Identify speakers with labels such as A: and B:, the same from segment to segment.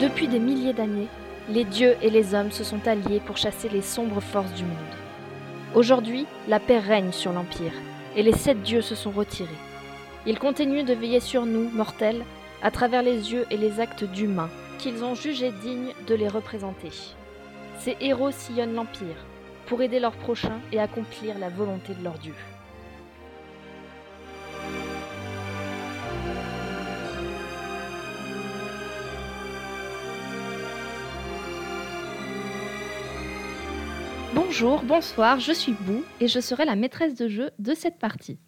A: Depuis des milliers d'années, les dieux et les hommes se sont alliés pour chasser les sombres forces du monde. Aujourd'hui, la paix règne sur l'Empire, et les sept dieux se sont retirés. Ils continuent de veiller sur nous, mortels, à travers les yeux et les actes d'humains qu'ils ont jugés dignes de les représenter. Ces héros sillonnent l'Empire pour aider leurs prochains et accomplir la volonté de leur dieu.
B: Bonjour, bonsoir, je suis Bou et je serai la maîtresse de jeu de cette partie.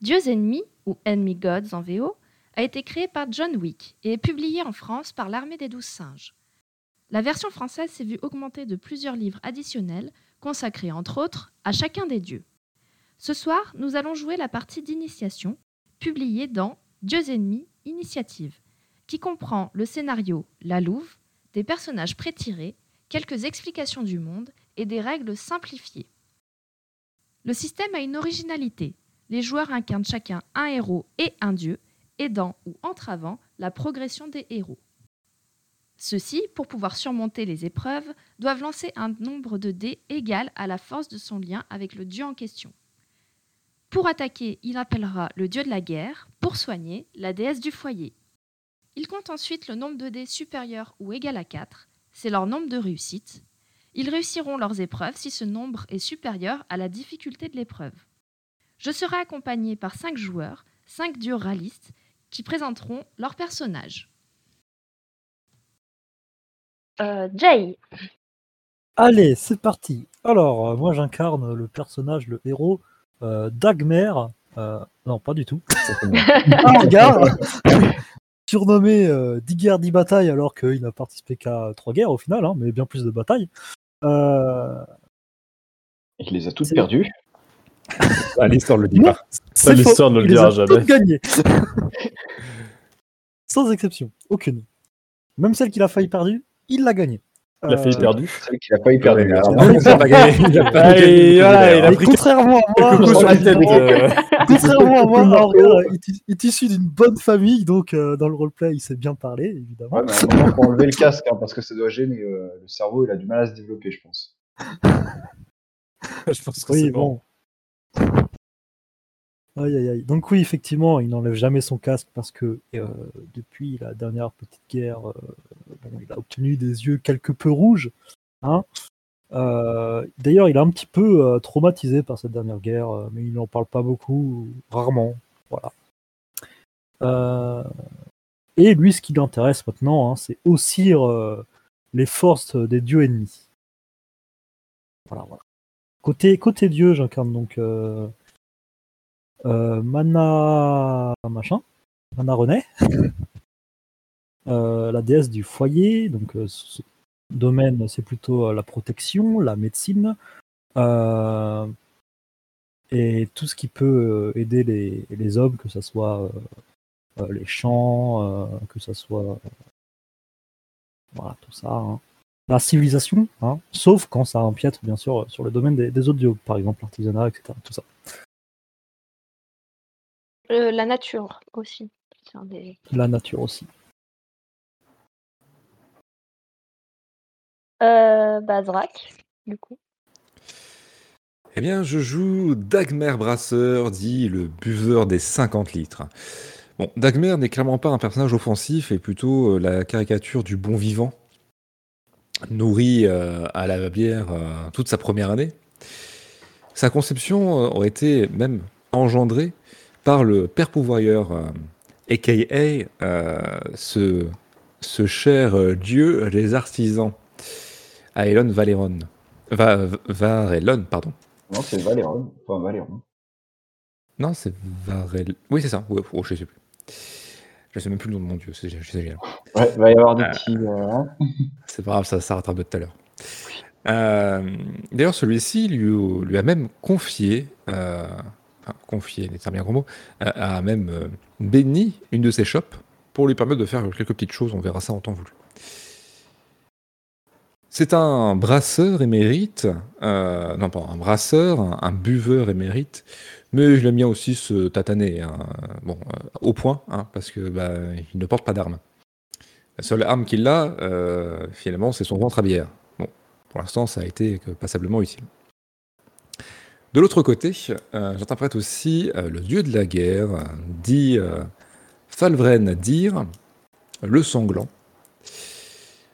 B: Dieux ennemis, ou Enemy Gods en VO, a été créé par John Wick et est publié en France par l'Armée des Douze Singes. La version française s'est vue augmentée de plusieurs livres additionnels consacrés entre autres à chacun des dieux. Ce soir, nous allons jouer la partie d'initiation, publiée dans Dieux ennemis, initiative, qui comprend le scénario La Louve, des personnages prétirés, quelques explications du monde et des règles simplifiées. Le système a une originalité. Les joueurs incarnent chacun un héros et un dieu, aidant ou entravant la progression des héros. Ceux-ci, pour pouvoir surmonter les épreuves, doivent lancer un nombre de dés égal à la force de son lien avec le dieu en question. Pour attaquer, il appellera le dieu de la guerre, pour soigner, la déesse du foyer. Il compte ensuite le nombre de dés supérieur ou égal à 4, c'est leur nombre de réussites, ils réussiront leurs épreuves si ce nombre est supérieur à la difficulté de l'épreuve. Je serai accompagné par 5 joueurs, 5 dieux réalistes, qui présenteront leurs personnages.
A: Euh, Jay,
C: Allez, c'est parti. Alors, euh, moi j'incarne le personnage, le héros euh, Dagmer. euh, non, pas du tout. Argar, surnommé euh, dix guerres, dix batailles, alors qu'il n'a participé qu'à trois guerres au final, hein, mais bien plus de batailles. Euh,
D: Il les a toutes
C: C'est-
D: perdues.
E: Ah, l'histoire ne le dit
C: Non,
E: pas. Ça,
C: c'est
E: l'histoire
C: faux.
E: ne le
C: Il les a
E: dira jamais.
C: toutes gagnées. Sans exception, aucune. Même celle qu'il a failli perdue, il l'a gagnée.
E: Il a failli
C: Euh,
E: perdue.
D: C'est vrai qu'il n'a pas Ah, hyper
E: Ouais,
D: d'énergie.
E: non, il a pas gagné. Il a pas Et gagné. voilà, il a
C: mais
E: pris
C: contrairement à moi,
E: quelques coups sur la
C: euh,
E: tête. euh,
C: Contrairement à moi, Henri, euh, est is- est issu d'une bonne famille, donc euh, dans le roleplay, il sait bien parler, évidemment.
D: Ouais, mais à un moment, faut enlever le casque hein, parce que ça doit gêner. euh, le cerveau, il a du mal à se développer, je pense.
E: Je pense que
C: oui,
E: c'est bon.
C: bon. Aïe, aïe, aïe. Donc oui, effectivement, il n'enlève jamais son casque parce que euh, depuis la dernière petite guerre, euh, bon, il a obtenu des yeux quelque peu rouges. hein. Euh, D'ailleurs, il est un petit peu euh, traumatisé par cette dernière guerre, euh, mais il n'en parle pas beaucoup, rarement. Voilà. Euh, et lui, ce qui l'intéresse maintenant, hein, c'est haussir euh, les forces des dieux ennemis. Voilà, voilà. Côté, côté dieu, j'incarne donc euh, euh, Mana machin, Mana René, Euh, la déesse du foyer. Donc, euh, ce domaine, c'est plutôt euh, la protection, la médecine euh, et tout ce qui peut euh, aider les, les hommes, que ce soit euh, euh, les champs, euh, que ce soit voilà tout ça. hein la civilisation, hein, sauf quand ça empiète bien sûr sur le domaine des, des autres dieux, par exemple l'artisanat, etc. Tout ça.
A: euh, la nature aussi. C'est un des-
C: La nature aussi.
A: Euh,
B: bah,
A: Bazrak, du coup.
E: Eh bien, je joue Dagmer Brasseur, dit le buveur des 50 litres. Bon, Dagmer n'est clairement pas un personnage offensif et plutôt euh, la caricature du bon vivant, nourri euh, à la bière euh, toute sa première année. Sa conception euh, aurait été même engendrée par le père pourvoyeur, euh, aka euh, ce, ce cher euh, dieu des artisans, Aelon Valeron. Va, Varelon, pardon.
D: Non, c'est Valéron. Enfin, Valéron.
E: Non, c'est Varel. Oui, c'est ça. Ouais, oh, je sais plus. Je sais même plus le nom de mon dieu. C'est c'est génial.
D: Ouais, il va y avoir
E: Ah.
D: des petits. euh, hein.
E: C'est pas grave, ça, ça rattrape de tout à l'heure. Euh, D'ailleurs, celui-ci lui, lui a même confié, euh, enfin, confié, c'est un bien gros mot, euh, a même euh, béni une de ses chopes pour lui permettre de faire quelques petites choses. On verra ça en temps voulu. C'est un brasseur émérite, euh, non pas un brasseur, un, un buveur émérite, mais je l'aime bien aussi se tataner, hein, bon, euh, au point, hein, parce que bah, il ne porte pas d'armes. La seule arme qu'il a, euh, finalement, c'est son ventre à bière. Bon, pour l'instant, ça a été que passablement utile. De l'autre côté, euh, j'interprète aussi euh, le dieu de la guerre, euh, dit euh, Falvren Dir, le sanglant.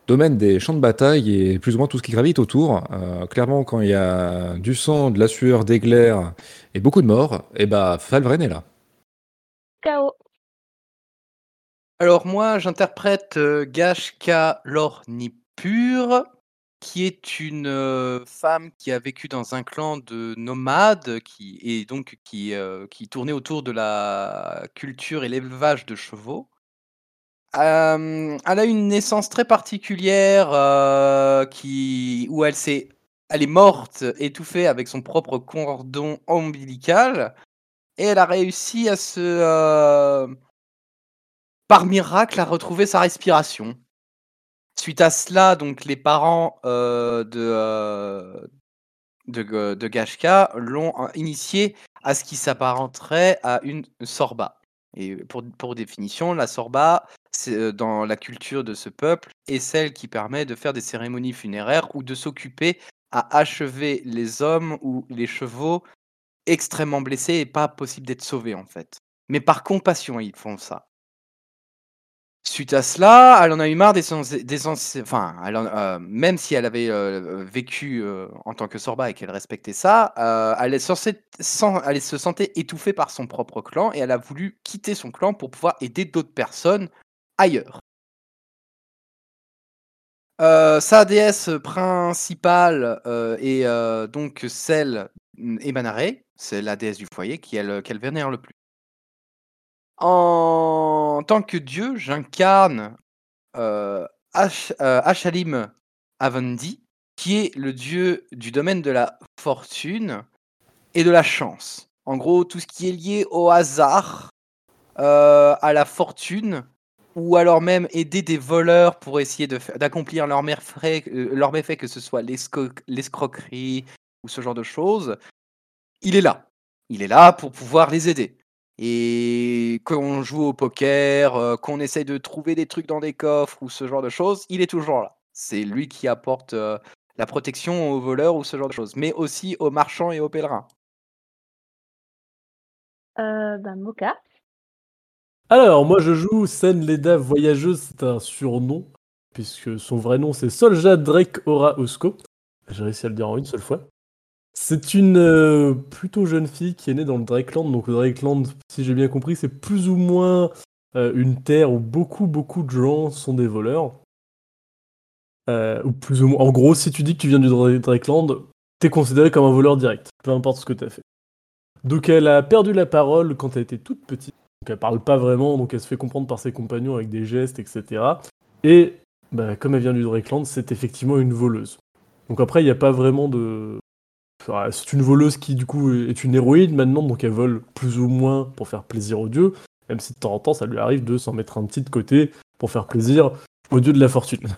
E: Domaine des champs de bataille et plus ou moins tout ce qui gravite autour. Euh, clairement, quand il y a du sang, de la sueur, des glaires et beaucoup de morts, et bah Falvren est là.
A: K.O.
F: Alors moi, j'interprète euh, Gashka Lornipur, qui est une euh, femme qui a vécu dans un clan de nomades, qui et donc qui, euh, qui tournait autour de la culture et l'élevage de chevaux. Euh, elle a une naissance très particulière euh, qui, où elle, s'est, elle est morte, étouffée avec son propre cordon ombilical, et elle a réussi à se... euh, par miracle, à retrouver sa respiration. Suite à cela, donc les parents euh, de, euh, de, G- de Gashka l'ont euh, initié à ce qui s'apparenterait à une sorba. Et pour, pour définition, la sorba, c'est, euh, dans la culture de ce peuple, est celle qui permet de faire des cérémonies funéraires ou de s'occuper à achever les hommes ou les chevaux extrêmement blessés et pas possible d'être sauvés en fait. Mais par compassion, ils font ça. Suite à cela, elle en a eu marre des, sens- des ans- enfin, elle en- euh, même si elle avait euh, vécu euh, en tant que Sorba et qu'elle respectait ça, euh, elle, est censée- sans- elle se sentait étouffée par son propre clan et elle a voulu quitter son clan pour pouvoir aider d'autres personnes ailleurs. Euh, sa déesse principale euh, est euh, donc celle Emanare, c'est la déesse du foyer qui elle- euh, qu'elle vénère le plus. En tant que dieu, j'incarne euh, Ash- euh, Ashalim Avandi, qui est le dieu du domaine de la fortune et de la chance. En gros, tout ce qui est lié au hasard, euh, à la fortune, ou alors même aider des voleurs pour essayer de fa- d'accomplir leur, merfrait- euh, leur méfait, que ce soit l'escro- l'escroquerie ou ce genre de choses. Il est là. Il est là pour pouvoir les aider et qu'on joue au poker, euh, qu'on essaye de trouver des trucs dans des coffres ou ce genre de choses, il est toujours là. C'est lui qui apporte euh, la protection aux voleurs ou ce genre de choses, mais aussi aux marchands et aux pèlerins.
A: Euh, bah, Moka.
G: Alors, moi je joue Sen Leda Voyageuse, c'est un surnom, puisque son vrai nom c'est Solja Drake Ora Osko. J'ai réussi à le dire en une seule fois. C'est une euh, plutôt jeune fille qui est née dans le Drakeland. Donc, le Drakeland, si j'ai bien compris, c'est plus ou moins euh, une terre où beaucoup, beaucoup de gens sont des voleurs. Euh, ou plus ou moins. En gros, si tu dis que tu viens du Dra- Drakeland, t'es considéré comme un voleur direct, peu importe ce que t'as fait. Donc, elle a perdu la parole quand elle était toute petite. Donc elle parle pas vraiment, donc elle se fait comprendre par ses compagnons avec des gestes, etc. Et bah, comme elle vient du Drakeland, c'est effectivement une voleuse. Donc après, il n'y a pas vraiment de... Enfin, c'est une voleuse qui du coup est une héroïne maintenant, donc elle vole plus ou moins pour faire plaisir aux dieux, même si de temps en temps ça lui arrive de s'en mettre un petit de côté pour faire plaisir aux dieux de la fortune.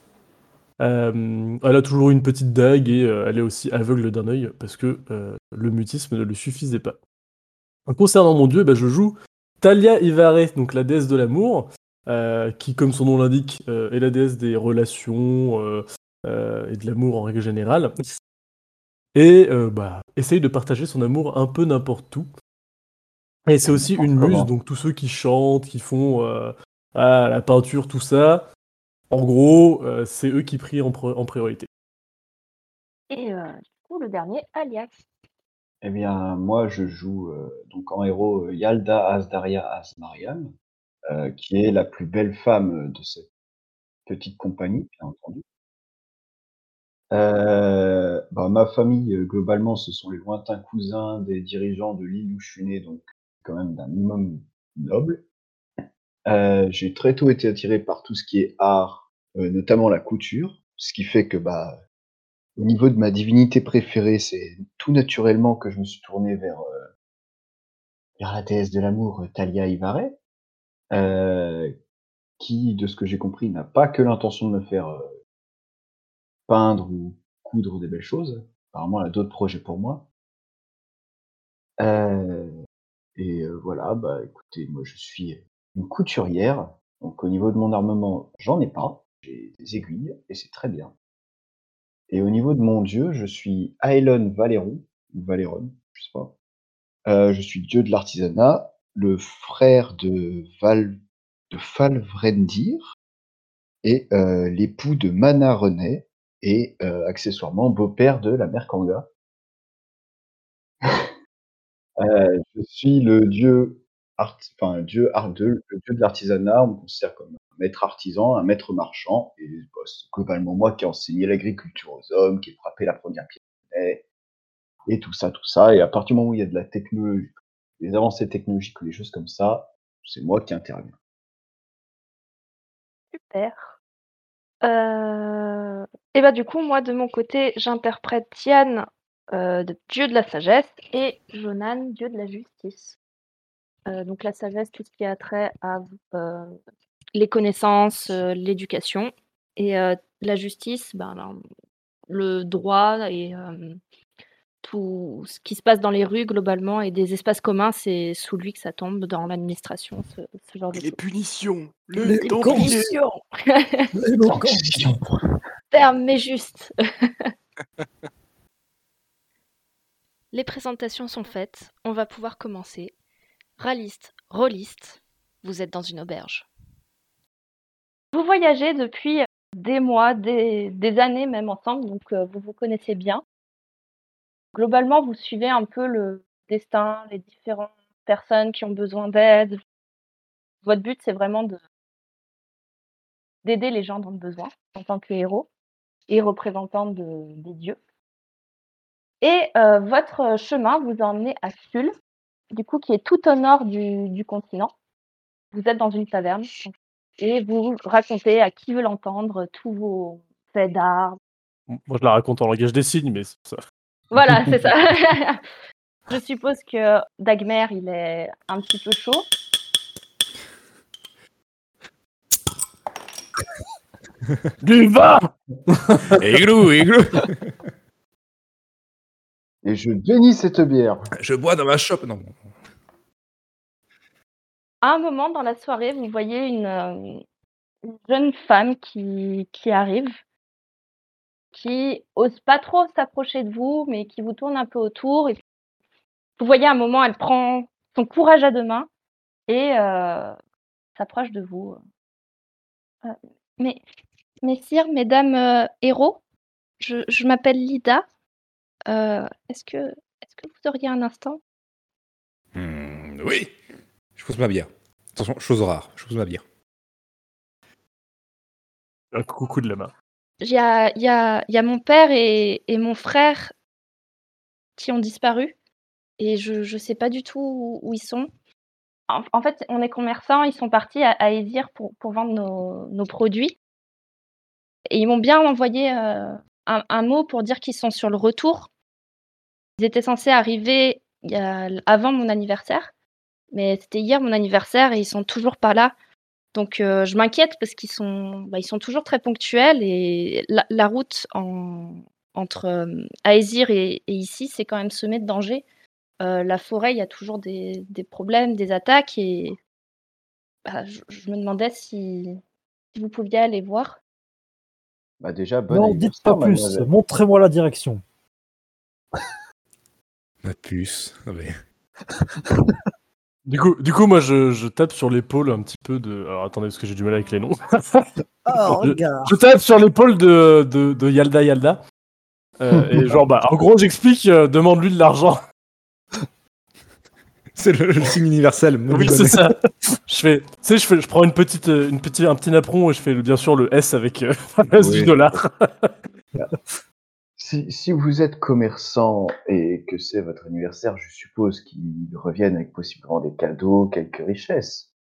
G: Euh, elle a toujours une petite dague et euh, elle est aussi aveugle d'un œil parce que euh, le mutisme ne lui suffisait pas. Concernant mon dieu, bah, je joue Talia Ivare, donc la déesse de l'amour, euh, qui, comme son nom l'indique, euh, est la déesse des relations euh, euh, et de l'amour en règle générale. Et euh, bah, essaye de partager son amour un peu n'importe où. Et c'est aussi une muse, donc tous ceux qui chantent, qui font euh, ah, la peinture, tout ça. En gros, euh, c'est eux qui prient en pr- en priorité.
A: Et euh, du coup, le dernier, Alias.
D: Eh bien, moi, je joue euh, donc en héros euh, Yalda Asdaria Asmariam, euh, qui est la plus belle femme euh, de cette petite compagnie, bien entendu. Euh, bah, ma famille, euh, globalement, ce sont les lointains cousins des dirigeants de l'île où je suis né, donc quand même d'un minimum noble. Euh, j'ai très tôt été attiré par tout ce qui est art, euh, notamment la couture, ce qui fait que bah, au niveau de ma divinité préférée, c'est tout naturellement que je me suis tourné vers, euh, vers la déesse de l'amour, euh, Talia Ivare, euh, qui, de ce que j'ai compris, n'a pas que l'intention de me faire euh, peindre ou coudre des belles choses. Apparemment, elle a d'autres projets pour moi. Euh, et euh, voilà, bah écoutez, moi je suis une couturière, Donc au niveau de mon armement, j'en ai pas. J'ai des aiguilles et c'est très bien. Et au niveau de mon dieu, je suis Aelon Valéron, ou Valéron, je sais pas. Euh, je suis dieu de l'artisanat, le frère de Val de Falvrendir et euh, l'époux de Mana René et euh, accessoirement beau-père de la mère Kanga. Euh, je suis le dieu art, enfin, dieu art de, le dieu de l'artisanat, on me considère comme un maître artisan, un maître marchand, et bah, c'est globalement moi qui ai enseigné l'agriculture aux hommes, qui ai frappé la première pierre, et, et tout ça, tout ça, et à partir du moment où il y a de la technologie, des avancées technologiques ou des choses comme ça, c'est moi qui interviens.
B: Super. Et bah du coup, moi de mon côté, j'interprète Tiane, euh, de dieu de la sagesse, et Jonan, dieu de la justice. Euh, donc la sagesse, tout ce qui a trait à euh, les connaissances, euh, l'éducation, et euh, la justice, ben, alors, le droit et euh, tout ce qui se passe dans les rues globalement et des espaces communs, c'est sous lui que ça tombe dans l'administration, ce, ce genre de choses.
F: punitions,
C: Les
B: Éloquence.
C: L'éloquence.
B: Terme, mais juste.
A: Les présentations sont faites, on va pouvoir commencer. Raliste, rôliste, vous êtes dans une auberge.
B: Vous voyagez depuis euh, des mois, des, des années même ensemble, donc euh, vous vous connaissez bien. Globalement, vous suivez un peu le destin, les différentes personnes qui ont besoin d'aide. Votre but, c'est vraiment de- d'aider les gens dans le besoin en tant que héros et représentants de- des dieux. Et euh, votre chemin vous a emmené à Sul, du coup, qui est tout au nord du, du continent. Vous êtes dans une taverne, et vous racontez à qui veut l'entendre tous vos faits d'art.
G: Moi, je la raconte en langage des signes, mais c'est ça.
B: Voilà, c'est ça. Je suppose que Dagmer, il est un petit peu chaud.
G: Du vin
E: Igloo, igloo
D: Et je bénis cette bière.
E: Je bois dans ma chope. Non, bon.
B: À un moment dans la soirée, vous voyez une, euh, une jeune femme qui, qui arrive, qui ose pas trop s'approcher de vous, mais qui vous tourne un peu autour. Et vous voyez à un moment, elle prend son courage à deux mains et euh, s'approche de vous. Euh, mais, messire, mesdames, euh, héros, je, je m'appelle Lida. Euh, est-ce que, est-ce que vous auriez un instant
E: Hmm, oui. Je pose ma bière. Attention, chose rare. Je pose ma bière.
G: Un coucou de la main.
B: Il y a, y a- y a mon père et, et mon frère qui ont disparu. Et je ne sais pas du tout où, où ils sont. En, en fait, on est commerçants, ils sont partis à, à Edir pour, pour vendre nos, nos produits. Et ils m'ont bien envoyé euh, un, un mot pour dire qu'ils sont sur le retour. Ils étaient censés arriver il y a- avant mon anniversaire. Mais c'était hier mon anniversaire et ils sont toujours pas là. Donc euh, je m'inquiète parce qu'ils sont, bah, ils sont toujours très ponctuels et la, la route en- entre euh, Aesir et, et ici, c'est quand même semé de dangers. Euh, la forêt, il y a toujours des, des problèmes, des attaques et bah, je, je me demandais si, si vous pouviez aller voir.
D: Bah déjà, bonne
C: Non, dites pas
D: anniversaire,
C: plus.
D: mademoiselle.
C: Montrez-moi la direction.
E: Ma puce. Ah, mais-
G: Du coup, du coup moi, je, je tape sur l'épaule un petit peu de. Alors, attendez, parce que j'ai du mal avec les noms.
H: Oh,
G: Je-
H: regarde.
G: je tape sur l'épaule de, de, de Yalda Yalda. Euh, et genre, bah, en gros, j'explique, euh, demande-lui de l'argent.
E: C'est le, le signe universel. me
G: Oui,
E: le
G: c'est
E: connaît.
G: ça. Je fais, tu sais, je, fais, je prends une petite, euh, une petite, un petit napperon et je fais le- bien sûr le S avec euh, le S
D: Oui.
G: du dollar.
D: Si, si vous êtes commerçant et que c'est votre anniversaire, je suppose qu'ils reviennent avec possiblement des cadeaux, quelques richesses.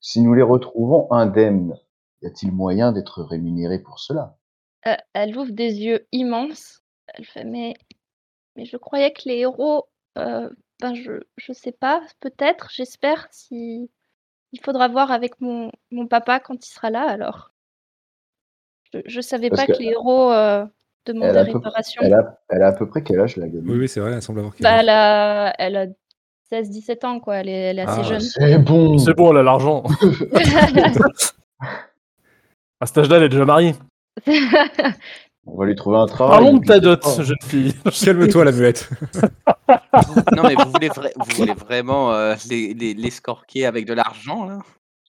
D: Si nous les retrouvons indemnes, y a-t-il moyen d'être rémunéré pour cela
B: Euh, elle ouvre des yeux immenses. Elle fait mais, mais je croyais que les héros, euh, ben je, je sais pas, peut-être, j'espère, si il faudra voir avec mon, mon papa quand il sera là alors. Je, je savais
D: Parce
B: pas
D: que
B: que, les héros euh, demandaient
D: a peu-
B: réparation.
D: elle a, elle a à peu près quel âge la gamine
E: Oui, oui, c'est vrai. Elle semble avoir. quelque
B: Bah,
E: chose.
B: elle a, elle a 16-17 ans, quoi. Elle est, elle est assez
E: Ah,
B: jeune.
D: C'est bon
G: C'est bon, elle a l'argent. À cet âge-là, elle est déjà mariée.
D: On va lui trouver un travail.
G: Parlons de
D: puis-
G: ta dot, jeune fille.
E: Calme-toi, la muette.
F: Non, mais vous voulez, vra- vous voulez vraiment euh, les, les- les scorquer avec de l'argent, là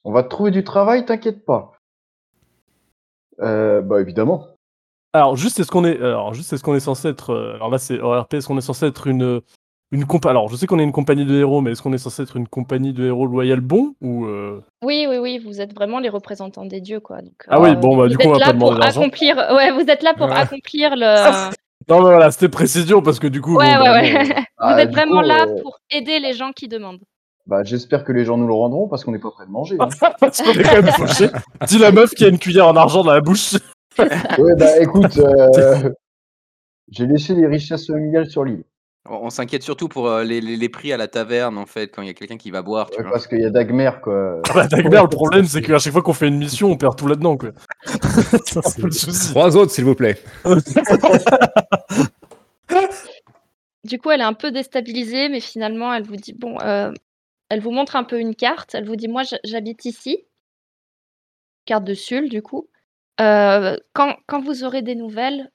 D: On va te trouver du travail, t'inquiète pas. Euh, bah évidemment.
G: Alors juste est-ce qu'on est euh, alors juste est-ce qu'on est censé être euh, alors là c'est ORP est-ce qu'on est censé être une euh, une compa alors je sais qu'on est une compagnie de héros mais est-ce qu'on est censé être une compagnie de héros loyal bon ou euh,
B: Oui, oui, oui, vous êtes vraiment les représentants des dieux, quoi. Donc, euh,
G: Ah oui, bon, bah,
B: vous
G: du coup,
B: êtes
G: on va
B: là
G: pas demander
B: pour
G: d'argent.
B: accomplir. Ouais, vous êtes là pour
E: Ah.
B: accomplir le.
G: non non voilà c'était précision parce que du coup
B: Ouais,
G: bon,
B: ouais,
G: bah,
B: ouais.
G: non, euh,
B: Vous
D: Ah,
B: êtes
D: du
B: vraiment
D: coup,
B: là
D: euh,
B: pour aider les gens qui demandent.
D: Bah j'espère que les gens nous le rendront parce qu'on n'est pas prêt de manger. hein.
G: parce qu'on est quand même fauchés. dis la meuf qui a une cuillère en argent dans la bouche
D: ouais bah écoute, euh, j'ai laissé les richesses familiales sur l'île.
F: On, on s'inquiète surtout pour euh, les, les- les prix à la taverne, en fait, quand il y a quelqu'un qui va boire, tu
D: Ouais,
F: vois.
D: parce qu'il y a Dagmer quoi.
G: Ah bah, Dagmer, le problème c'est qu'à chaque fois qu'on fait une mission on perd tout là-dedans quoi ça c'est le souci
E: Trois autres, s'il vous plaît.
B: Du coup, elle est un peu déstabilisée, mais finalement, elle vous dit bon, euh, elle vous montre un peu une carte. Elle vous dit moi, j- j'habite ici. Carte de Sul, du coup. Euh, quand, quand vous aurez des nouvelles,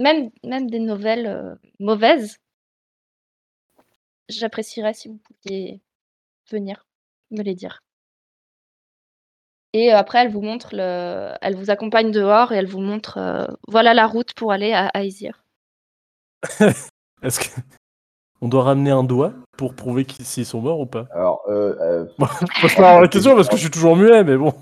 B: même, même des nouvelles euh, mauvaises, j'apprécierais si vous pouviez venir me les dire. Et euh, après, elle vous montre, le... elle vous accompagne dehors et elle vous montre, euh, voilà la route pour aller à Aesir.
G: est-ce que on doit ramener un doigt pour prouver qu'ils- s'ils sont morts ou pas
D: Alors euh, euh,
G: Faut se poser la question parce que je suis toujours muet mais bon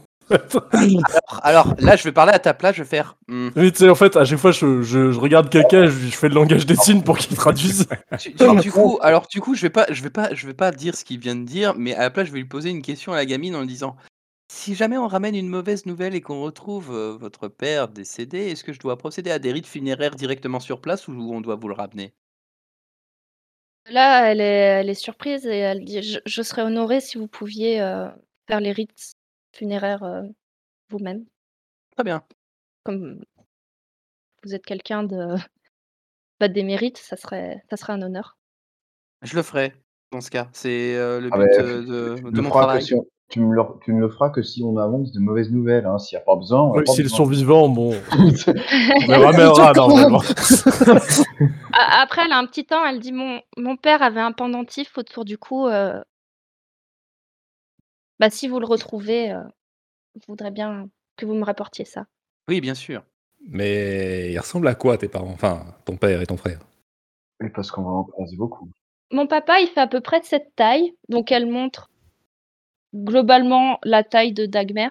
F: Alors, alors, là, je vais parler à ta place, je vais faire. hmm,
G: Oui, tu sais, en fait, à chaque fois, je, je- je regarde quelqu'un, je, je fais le langage des signes pour qu'il traduise.
F: tu- tu- du coup, alors, du coup, je vais pas, je vais pas, je vais pas dire ce qu'il vient de dire, mais à la place, je vais lui poser une question à la gamine en lui disant Si jamais on ramène une mauvaise nouvelle et qu'on retrouve euh, votre père décédé, est-ce que je dois procéder à des rites funéraires directement sur place ou on doit vous le ramener
B: Là, elle est, elle est surprise et elle dit Je, je serais honorée si vous pouviez euh, faire les rites funéraires euh, vous-même,
F: Très bien.
B: comme vous êtes quelqu'un de bah, des mérites, ça serait, ça serait un honneur.
F: Je le ferai dans ce cas. C'est euh, le but
D: Ah bah,
F: euh, de,
D: tu me
F: de
D: le
F: mon
D: feras que
F: travail.
D: si on- tu, me le, tu me le feras que si on avance de mauvaises nouvelles. Hein. S'il n'y a pas besoin, on a
G: Oui,
D: pas
G: s'ils
D: besoin.
G: sont vivants, bon, on les
B: A-
G: ramènera normalement.
D: Ah
B: Après, elle a un petit temps, elle dit Mon, mon père avait un pendentif autour du cou. euh, bah, si vous le retrouvez, euh, je voudrais bien que vous me rapportiez ça.
F: Oui, bien sûr.
E: Mais ils ressemblent à quoi, tes parents Enfin, ton père et ton frère.
D: Oui, parce qu'on va en croiser beaucoup.
B: Mon papa, il fait à peu près de cette taille, donc elle montre globalement la taille de Dagmer.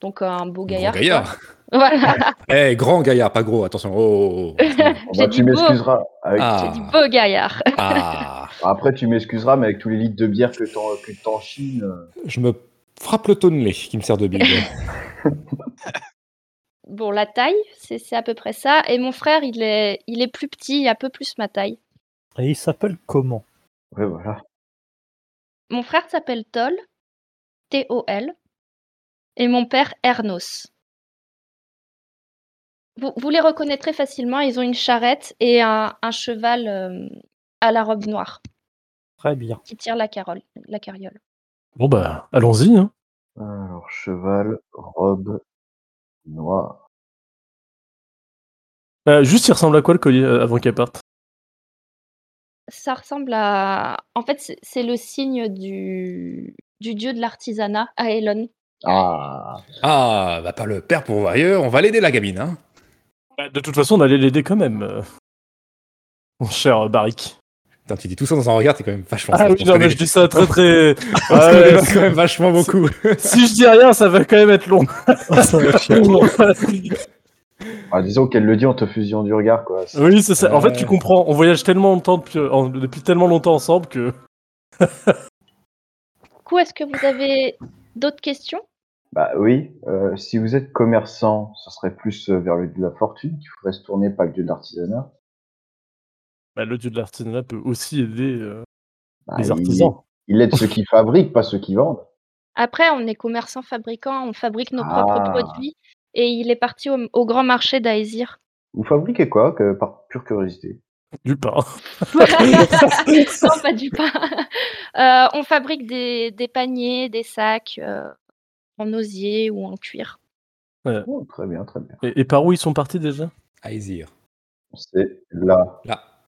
B: Donc euh, un beau gaillard. quoi. Voilà,
E: Eh, grand gaillard, pas gros, attention. Oh, oh, oh.
D: Bon,
B: J'ai
D: bah,
B: dit
D: tu
B: beau.
D: m'excuseras. Avec-
G: Ah.
D: Bah,
B: j'ai dit beau gaillard.
E: ah.
D: Après, tu m'excuseras, mais avec tous les litres de bière que t'en que t'en chines. euh,
E: Je me frappe le tonnelet qui me sert de bille.
B: Bon, la taille, c'est c'est à peu près ça. Et mon frère, il est, il est plus petit, un peu plus ma taille.
C: Et il s'appelle comment
D: Ouais, voilà.
B: Mon frère s'appelle Tol, T-O-L, et mon père Ernos. Vous, vous les reconnaîtrez facilement, ils ont une charrette et un, un cheval euh, à la robe noire
C: Très bien.
B: qui tire la, carole, la carriole.
G: Bon, bah, allons-y. Hein.
D: Alors, cheval, robe, noir.
G: Euh, juste, il ressemble à quoi le collier euh, avant qu'elle parte
B: ça ressemble à. En fait, c'est- c'est le signe du, du dieu de l'artisanat, Aelon.
D: Ah
E: ah, bah pas le père pourvoyeur, on va l'aider la gamine. Hein.
G: Bah, De toute façon, on allait l'aider quand même, euh, mon cher euh, Barik.
E: Putain, tu dis tout ça dans un regard, t'es quand même vachement.
G: Ah oui, non, mais je dis ça très très.
E: Parce que
G: Ouais,
E: c'est quand même vachement beaucoup.
G: si je dis rien, ça va quand même être long.
D: Bah, Disons qu'elle le dit en te fusillant du regard, quoi. C'est-
G: oui, c'est ça. En fait,
E: Ouais.
G: tu comprends. On voyage tellement longtemps depuis, en- depuis tellement longtemps ensemble que.
B: Du coup, est-ce que vous avez d'autres questions
D: Bah oui, euh, si vous êtes commerçant, ce serait plus euh, vers le dieu de la fortune qu'il faudrait se tourner, pas le dieu de l'artisanat.
G: Bah, le dieu de l'artisanat peut aussi aider euh,
D: Bah,
G: les
D: il-
G: artisans.
D: Il aide ceux qui fabriquent, pas ceux qui vendent.
B: Après, on est commerçant fabricant, on fabrique nos
D: Ah.
B: propres produits. Et il est parti au, au grand marché d'Aesir.
D: Vous fabriquez quoi que, par pure curiosité
G: Du pain.
B: non, pas du pain. Euh, on fabrique des, des paniers, des sacs, euh, en osier ou en cuir.
D: Oh, très bien, très bien.
G: Et, et par où ils sont partis déjà
E: Aesir.
D: C'est là.
E: Là.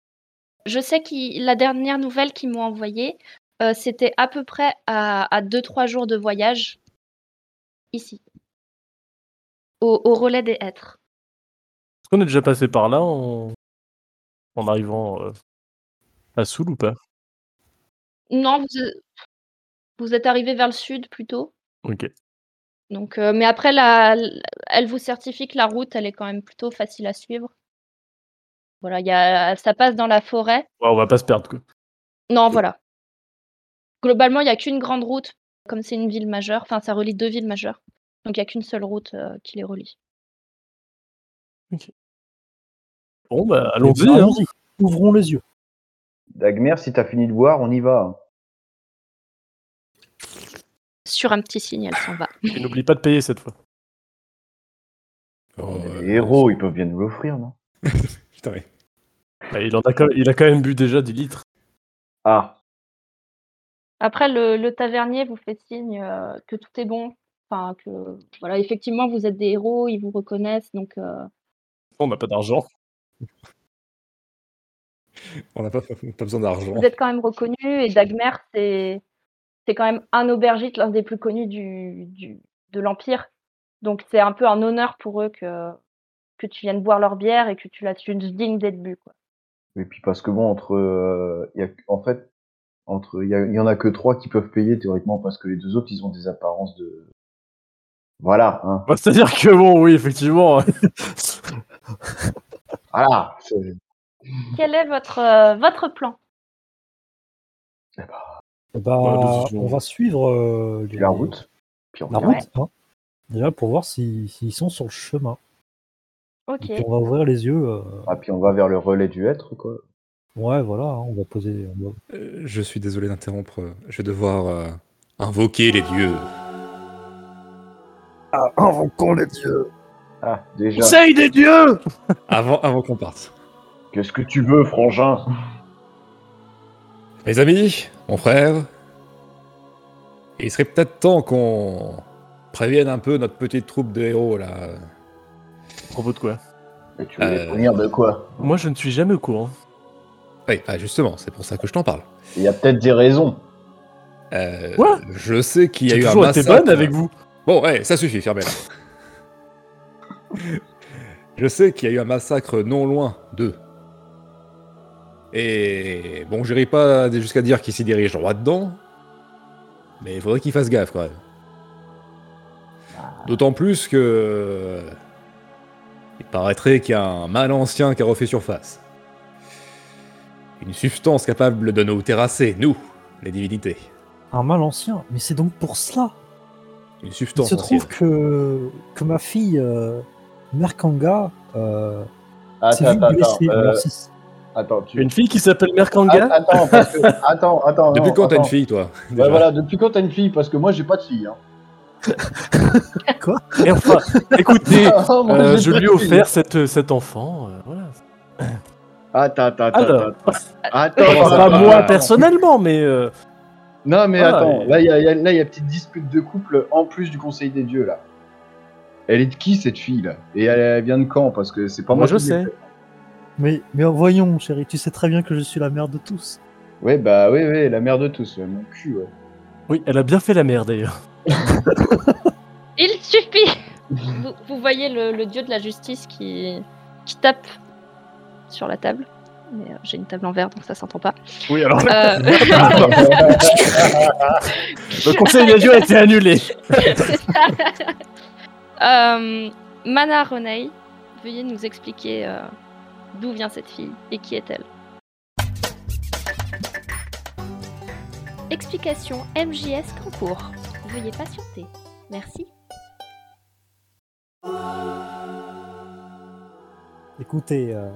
B: Je sais que la dernière nouvelle qu'ils m'ont envoyée, euh, c'était à peu près à 2-3 jours de voyage ici, au, au relais des hêtres.
G: Est-ce qu'on est déjà passé par là en, en arrivant euh, à Soul ou pas
B: Non, vous, e- vous êtes arrivé vers le sud plutôt.
G: Ok.
B: Donc, euh, mais après, la, l- elle vous certifie que la route, elle est quand même plutôt facile à suivre. Voilà, il y a, ça passe dans la forêt.
G: Ouais, on va pas se perdre quoi.
B: Non, voilà. Globalement, il n'y a qu'une grande route, comme c'est une ville majeure. Enfin, ça relie deux villes majeures. Donc, il n'y a qu'une seule route euh, qui les relie.
G: Bon bah
C: Eh
G: allons-y.
C: ben,
G: hein.
C: allons-y. Ouvrons les yeux.
D: Dagmer, si t'as fini de boire, on y va. hein.
B: Sur un petit signe, elle s'en va.
G: Et n'oublie pas de payer cette fois.
E: Oh,
D: Les
E: euh,
D: héros, ils peuvent bien nous l'offrir, non
E: Putain, mais-
G: Bah, il, en a quand il a quand même bu déjà 10 litres.
D: Ah,
B: Après, le, le tavernier vous fait signe euh, que tout est bon. Enfin, que voilà, effectivement, vous êtes des héros, ils vous reconnaissent. Donc, euh,
G: On n'a pas d'argent.
E: on n'a pas, pas besoin d'argent.
B: vous êtes quand même reconnus. Et Dagmer, c'est c'est quand même un aubergiste, l'un des plus connus du, du- de l'Empire. Donc, c'est un peu un honneur pour eux que, que tu viennes boire leur bière et que tu la tues digne d'être bu. Quoi.
D: et puis parce que bon, entre. euh, y a- en fait, entre il y, a- y en a que trois qui peuvent payer théoriquement parce que les deux autres, ils ont des apparences de. Voilà, hein.
G: Bah, C'est-à-dire que bon, oui, effectivement.
D: Voilà. c'est-
B: Quel est votre, euh, votre plan
C: Eh ben,
G: Ouais, vas-y,
C: on
G: je-
C: va suivre euh, les-
D: La route. Puis on
C: La
D: regarde.
C: route, hein. Déjà pour voir si- s'ils sont sur le chemin.
B: Ok.
C: Et puis on va ouvrir les yeux. euh,
D: Ah, puis on va vers le relais du être, quoi.
C: Ouais, voilà, hein, on va poser. on va-
E: Euh, Je suis désolé d'interrompre. euh, Je vais devoir euh, invoquer les dieux.
D: Ah, déjà.
G: Conseil des dieux
E: Avant, avant qu'on parte.
D: Qu'est-ce que tu veux, frangin
E: Mes amis, mon frère, il serait peut-être temps qu'on prévienne un peu notre petite troupe de héros là.
G: À propos de quoi
D: Mais tu veux
E: Euh.
D: les prévenir de quoi
G: Moi, je ne suis jamais au courant.
E: Oui, bah, justement, c'est pour ça que je t'en parle.
D: Il y a peut-être des raisons.
E: Euh,
G: Quoi
E: je sais qu'il y a
G: J'ai
E: eu un
G: toujours été
E: massacre.
G: bonne avec vous.
E: Bon, ouais, Eh, ça suffit, fermez là. je sais qu'il y a eu un massacre non loin d'eux. Et bon, j'irai pas jusqu'à dire qu'ils s'y dirigent droit dedans, mais il faudrait qu'ils fassent gaffe quand même.
C: Ah.
E: D'autant plus que. Il paraîtrait qu'il y a un mal ancien qui a refait surface. Une substance capable de nous terrasser, nous, les divinités.
C: Un mal ancien. Mais c'est donc pour cela.
E: Une
C: Il
E: substance
C: se trouve
E: ancienne.
C: que, que ma fille euh, Merkanga euh, s'est
D: Attends,
C: vue
D: attends, attends.
C: blessée.
D: euh,
C: Alors, c'est-
D: attends, tu...
G: Une fille qui s'appelle Merkanga
D: Ah, attends, parce que... attends, attends.
E: Depuis
D: non,
E: quand t'as une
D: attends.
E: fille, toi
D: Ouais,
E: déjà
D: voilà, depuis quand t'as une fille Parce que moi, j'ai pas de fille. Hein.
G: Et enfin, écoutez,
D: Ah, moi,
G: euh,
D: j'ai
G: je
D: pas
G: lui ai
D: de fille.
G: offert cette, euh, cet enfant. euh, voilà.
D: Attends, attends, attends.
G: Alors,
D: attends,
E: Comment
D: attends,
E: ça
G: pas
E: va
D: attends,
G: moi
D: attends.
G: personnellement, mais euh,
D: Non, mais
G: Ah,
D: attends.
G: et-
D: Là, il y a, il y a- là, il y a petite dispute de couple en plus du Conseil des Dieux, là. Elle est de qui, cette fille, là Et elle, elle vient de quand Parce que c'est pas
G: moi
D: moi,
G: je
D: qui l'ai
G: sais.
D: fait.
C: Mais, mais voyons, chérie, tu sais très bien que je suis la mère de tous.
D: Ouais, bah, ouais, ouais, la mère de tous, ouais, mon cul, ouais.
G: Oui, elle a bien fait la merde d'ailleurs.
B: Il suffit vous, vous voyez le, le dieu de la justice qui, qui tape sur la table. Mais, euh, J'ai une table en verre, donc ça s'entend pas.
G: Oui, alors
B: Euh,
G: le conseil des dieux a été annulé.
B: c'est ça. Euh, Mana Renei, veuillez nous expliquer euh, d'où vient cette fille et qui est-elle.
A: Explication MJS Cancourt. Veuillez patienter. Merci.
C: Écoutez, euh,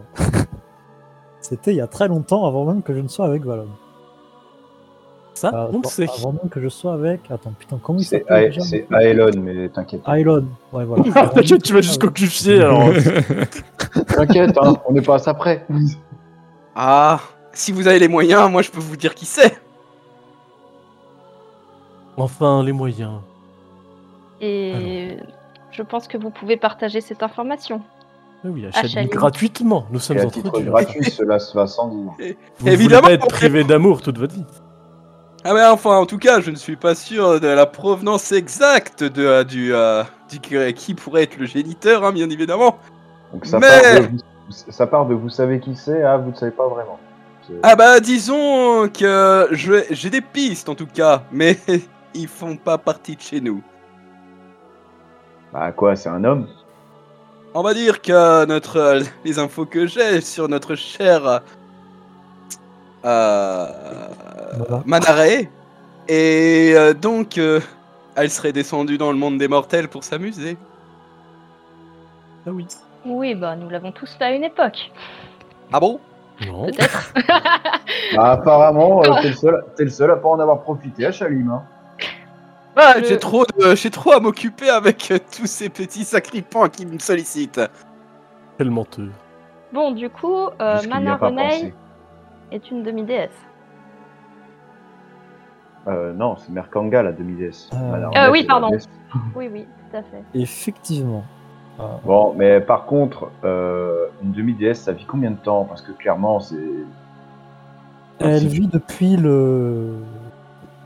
C: c'était il y a très longtemps avant même que je ne sois avec Valon.
G: Ça,
C: Ah,
G: on le
C: attends,
G: sait.
C: Avant même que je sois avec. Attends, putain, comment il
D: C'est E,
C: s'appelle déjà E
D: c'est Aelon, mais t'inquiète.
C: Aelon. Ouais, voilà.
G: Ah, T'inquiète, tu vas jusqu'au cul-pied alors.
D: T'inquiète, hein, on n'est pas à ça près.
F: Ah, si vous avez les moyens, moi je peux vous dire qui c'est.
G: Enfin, les moyens.
B: Et je pense que vous pouvez partager cette information.
G: Ah oui,
B: Achète-nous.
G: achète gratuitement. Nous sommes
D: Et à
G: entre
D: titre
G: nous.
D: gratuit, cela se va sans dire.
G: Vous ne voulez
I: Évidemment,
G: pas être
I: on
G: privé d'amour toute votre vie.
I: Ah mais enfin, en tout cas, je ne suis pas sûr de la provenance exacte de, euh, du, euh, du- qui pourrait être le géniteur, hein, bien évidemment.
D: Donc ça,
I: Mais-
D: part de, vous- ça part de vous savez qui c'est à vous ne savez pas vraiment. C'est-
I: Ah bah disons que je- j'ai des pistes en tout cas, mais ils font pas partie de chez nous.
D: Bah quoi, c'est un homme
I: On va dire que notre euh, les infos que j'ai sur notre cher euh,
C: Voilà.
I: Manaré et euh, donc euh, elle serait descendue dans le monde des mortels pour s'amuser.
G: Ah oui.
B: Oui, bah nous l'avons tous fait à une époque.
I: Ah bon
G: Non.
B: Peut-être.
D: Bah, apparemment, euh, t'es le, seul- t'es le seul à pas en avoir profité à Chalim. Hein.
G: Bah, euh,
I: Ah,
B: Je-
I: j'ai trop, de- j'ai trop à m'occuper avec euh, tous ces petits sacripants qui me sollicitent.
G: Quel menteur.
B: Bon, du coup, euh,
D: Jusqu'il n'y
B: Mana
D: a pas
B: Renei
D: pensé.
B: est une demi-déesse.
D: Euh, non, c'est Merkanga, la demi-déesse.
C: Euh,
D: Voilà,
C: euh,
D: en fait,
B: Ah oui,
D: c'est la
B: pardon.
D: déesse.
B: Oui, oui, tout à fait.
C: Effectivement. Euh,
D: Bon, mais par contre, euh, une demi-déesse, ça vit combien de temps Parce que clairement, c'est. E.
C: elle vit depuis le...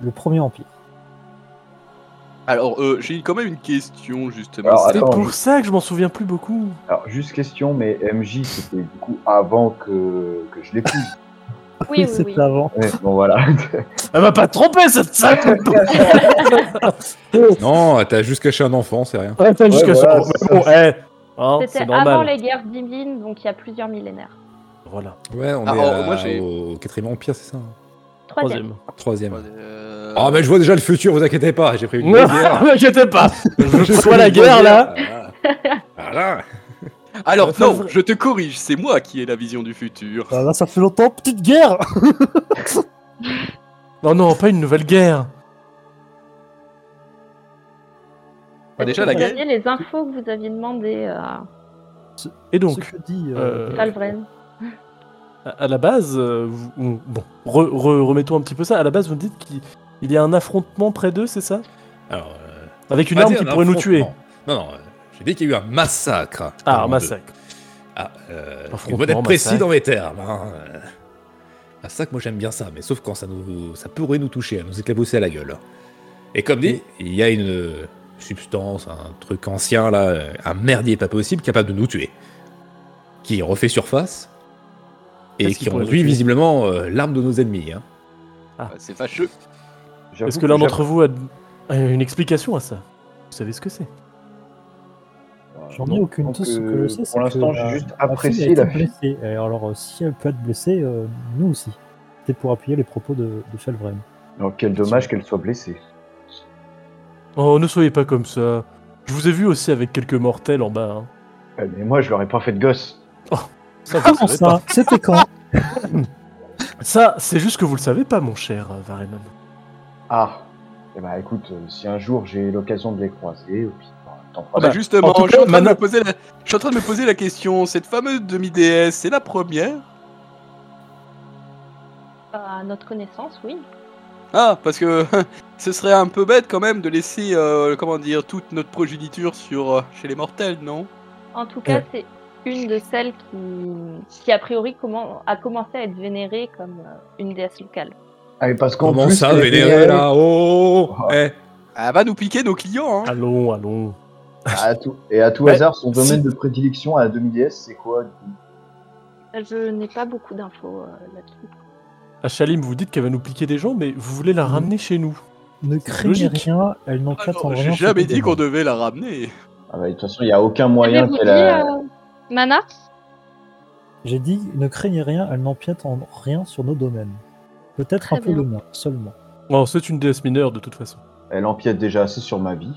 C: le premier empire.
I: Alors, euh, j'ai quand même une question, justement.
D: Alors,
G: C'est
D: attends,
G: pour
D: je-
G: ça que je m'en souviens plus beaucoup.
D: Alors, juste question, mais MJ, c'était du coup avant que, que je l'épouse.
B: Oui, oui, oui.
C: C'était avant.
D: Ouais, bon, voilà.
G: Elle m'a pas trompé cette salope Oh.
J: Non, t'as juste caché un enfant, c'est rien.
G: Attends jusqu'à ce
D: voilà,
G: moment.
D: c'est
G: Bon, eh, hein, c'est
B: C'était
G: normal.
B: avant les guerres divines, donc il y a plusieurs millénaires.
G: Voilà,
J: Ouais, on
I: Ah,
J: est
I: oh,
J: à-
I: moi, j'ai-
J: au quatrième empire, c'est ça hein.
B: Troisième.
G: troisième.
J: Troisième.
I: Euh,
J: Ah, mais je vois déjà le futur, vous inquiétez pas, j'ai prévu une
G: Non,
J: bonne guerre.
G: m'inquiétez pas. Je
J: J'ai
G: vois
J: prévu
G: la
J: une bonne
G: guerre là.
J: guerre. Voilà.
I: Alors,
G: Attends,
I: non,
G: je-
I: je te corrige, c'est moi qui ai la vision du futur.
C: Ah, là, ça fait longtemps, petite guerre
G: Non, Oh non, pas une nouvelle guerre.
I: Ah, déjà, la
B: vous
I: guerre.
B: aviez les infos que vous aviez demandées euh, à
G: Et
C: Donc,
G: donc,
C: que dit,
G: euh,
B: Talvren.
G: à- à la base, euh, vous- on- bon, re- re- remettons un petit peu ça. À la base, vous me dites qu'il il y a un affrontement près d'eux, c'est ça
J: Alors, euh,
G: Avec une
J: pas
G: arme
J: dire
G: qui
J: un
G: pourrait nous tuer.
J: affrontement. Non, non, euh, j'ai dit qu'il y a eu un massacre.
G: Ah, un
J: Dans
G: massacre.
J: deux. Ah, euh,
G: Affrontement,
J: on va être précis
G: massacre.
J: dans mes termes. Hein. Euh, Massacre, moi j'aime bien ça, mais sauf quand ça, nous, ça pourrait nous toucher, nous éclabousser à la gueule. Et comme dit, il y a une euh, substance, un truc ancien là, euh, un merdier pas possible capable de nous tuer. Qui refait surface. Et
G: Qu'est-ce qui
J: qui
G: pourrait nous
J: conduit
G: tuer
J: visiblement euh, l'arme de nos ennemis. hein.
I: Ah, C'est fâcheux.
D: J'avoue
G: Est-ce que l'un
D: j'avoue-
G: d'entre vous a a une explication à ça Vous savez ce que c'est
C: J'en ai aucune
D: Donc,
C: idée, ce
D: euh,
C: que je sais, c'est
D: Pour l'instant,
C: que
D: j'ai
C: la-
D: juste
C: la
D: apprécié
C: fille a
D: la
C: été blessée. Et alors, euh, si elle peut être blessée, euh, nous aussi. C'était pour appuyer les propos de, de Felvren.
D: Alors, quel dommage qu'elle soit blessée.
G: Oh, ne soyez pas comme ça. Je vous ai vu aussi avec quelques mortels en bas. hein. Oh,
D: Euh, Mais moi, je l'aurais pas fait de gosse.
G: Ça, Ah, vous le
C: Comment
G: savez
C: ça C'était quand
G: pas. Ça, c'est juste que vous le savez pas, mon cher euh, Varenon.
D: Ah. Eh ben, écoute, euh, si un jour j'ai l'occasion de les croiser, euh, au pire, t'en feras
G: Ah bah,
I: Bah, justement,
G: en tout
I: je, suis en
G: cas,
I: train de me
G: Mana-
I: poser la... je suis en train de me poser la question. Cette fameuse demi-déesse, c'est la première
B: À notre connaissance, oui.
I: Ah, parce que ce serait un peu bête quand même de laisser, euh, comment dire, toute notre progéniture sur, euh, chez les mortels, non
B: En tout cas,
G: Euh.
B: c'est une de celles qui, qui a priori, commen- a commencé à être vénérée comme euh, une déesse locale.
D: Ah, mais parce qu'en
J: Comment
D: plus,
J: ça,
D: elle est
J: vénéré
G: euh,
D: vénérée.
J: là Oh,
D: Oh.
J: eh.
I: Ah, Elle va nous piquer nos clients, hein
G: Allons, allons.
D: À tout- Et à tout
G: Ouais,
D: hasard, son domaine
G: si.
D: de prédilection à la demi-déesse, c'est quoi du coup
B: Je n'ai pas beaucoup d'infos euh, là-dessus.
G: À Chalim, Ah, vous dites qu'elle va nous piquer des gens, mais vous voulez la
C: Mhm.
G: ramener chez nous.
C: Ne craignez
G: logique.
C: rien, elle
I: Ah
C: n'enquête en
I: non,
C: rien.
I: J'ai jamais dit qu'on devait la ramener.
D: Ah bah, De toute façon, il n'y a aucun
B: Avez-vous
D: moyen
B: dit,
D: qu'elle a.
B: euh, Mana
C: J'ai dit, ne craignez rien, elle n'empiète en rien sur nos domaines. Peut-être
B: Très
C: un peu
B: bien.
C: le mien, seulement.
G: Oh, c'est une déesse mineure de toute façon.
D: Elle empiète déjà assez sur ma vie.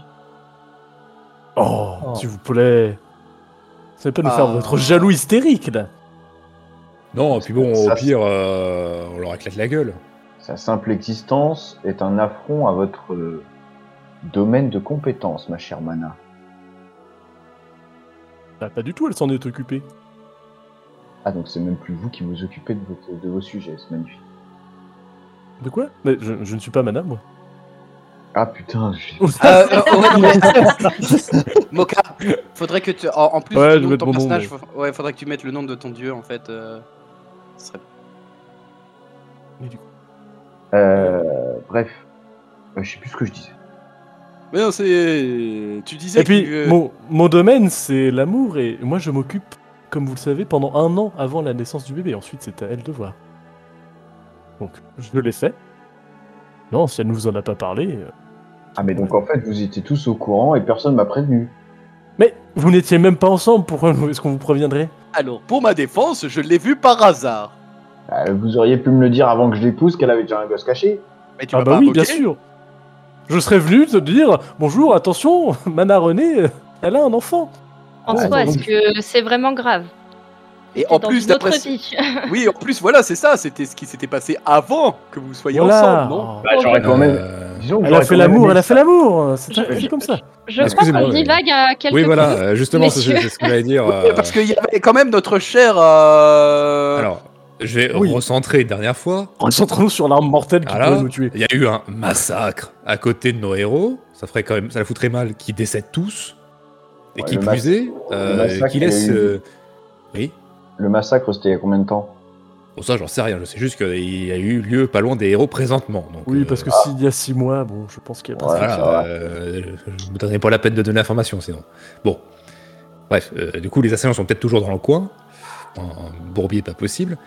G: Oh,
C: Oh.
G: s'il vous plaît. Ça va pas nous
I: Ah.
G: faire votre jaloux hystérique là.
J: Non, puis bon,
D: Ça,
J: au
D: c'est-
J: pire, euh, on leur éclate la gueule.
D: Sa simple existence est un affront à votre euh, domaine de compétence, ma chère Mana.
G: Bah, pas du tout, elle s'en est occupée.
D: Ah, donc c'est même plus vous qui vous occupez de, votre- de vos sujets, c'est magnifique.
G: De quoi Mais je, je ne suis pas madame, moi.
D: Ah putain, j'ai-
I: Euh, euh, ouais, non, mais- Moka, faudrait que tu. En, en plus,
G: Ouais, je
I: le nom
G: vais mettre
I: de
G: mon
I: ton
G: nom,
I: personnage, faut- ouais, faudrait que tu mettes le nom de ton dieu en fait. euh, ce serait-
D: Euh, bref, Euh, je sais plus ce que je disais.
I: Mais non, c'est. Tu disais
G: Et puis,
I: que, euh,
G: mon, mon domaine, c'est l'amour, et moi, je m'occupe, comme vous le savez, pendant un an avant la naissance du bébé. Ensuite, c'est à elle de voir. Donc, je l'ai fait. Non, si elle ne vous en a pas parlé. euh,
D: Ah mais donc en fait vous étiez tous au courant et personne m'a prévenu.
G: Mais vous n'étiez même pas ensemble, pourquoi est-ce qu'on vous préviendrait
I: Alors, pour ma défense, je l'ai vu par hasard.
D: Euh, vous auriez pu me le dire avant que je l'épouse qu'elle avait déjà un gosse caché.
I: Mais tu
G: Ah
I: m'as
G: bah
I: pas
G: oui,
I: invoqué.
G: bien sûr Je serais venu te dire bonjour, attention, Mana René, euh, elle a un enfant
B: En
G: Ouais,
B: soi,
G: non,
B: est-ce
G: non.
B: que c'est vraiment grave
I: Et
B: T'es
I: en
B: dans
I: plus,
B: une autre
I: d'après. ce-
B: vie.
I: Oui, en plus, voilà, c'est ça. C'était ce qui s'était passé avant que vous soyez
G: Voilà
I: ensemble, non
G: Oh.
D: Bah, j'aurais quand même.
J: Euh,
D: Disons que
G: Elle a
D: j'aurais
G: fait
D: quand même
G: l'amour,
D: aimé
G: elle a fait
D: ça.
G: l'amour hein, C'est
B: Je-
G: c'est comme ça
B: Je crois
J: Excusez-moi,
B: qu'on
J: oui.
B: divague à quelques
J: Oui, voilà, euh, justement, c'est
B: messieurs.
J: c'est ce que j'allais dire.
I: Ouais,
J: euh,
I: Parce qu'il y avait quand même notre cher. euh,
J: Alors, je vais
G: Oui.
J: recentrer une dernière fois.
G: Concentrons-nous sur l'arme mortelle qui
J: Voilà.
G: pourrait nous tuer.
J: Il y a eu un massacre à côté de nos héros. Ça ferait quand même, ça la foutrait mal qu'ils décèdent tous et
D: Ouais,
J: qui
D: le
J: plus
D: mass-
J: est,
D: le
J: euh,
D: massacre,
J: qui
D: il y a
J: laissent.
D: eu-
J: euh, Oui.
D: Le massacre c'était il y a combien de temps
J: Bon, ça, j'en sais rien. Je sais juste qu'il y a eu lieu pas loin des héros présentement. Donc,
G: Oui,
J: euh,
G: parce que s'il y a six mois, bon, je pense qu'il y a pas
D: Ouais.
J: Voilà,
D: ça va.
J: euh, je ne me donnerai pas la peine de donner l'information sinon. Bon. Bref, euh, du coup, les assaillants sont peut-être toujours dans le coin, en, en bourbier pas possible.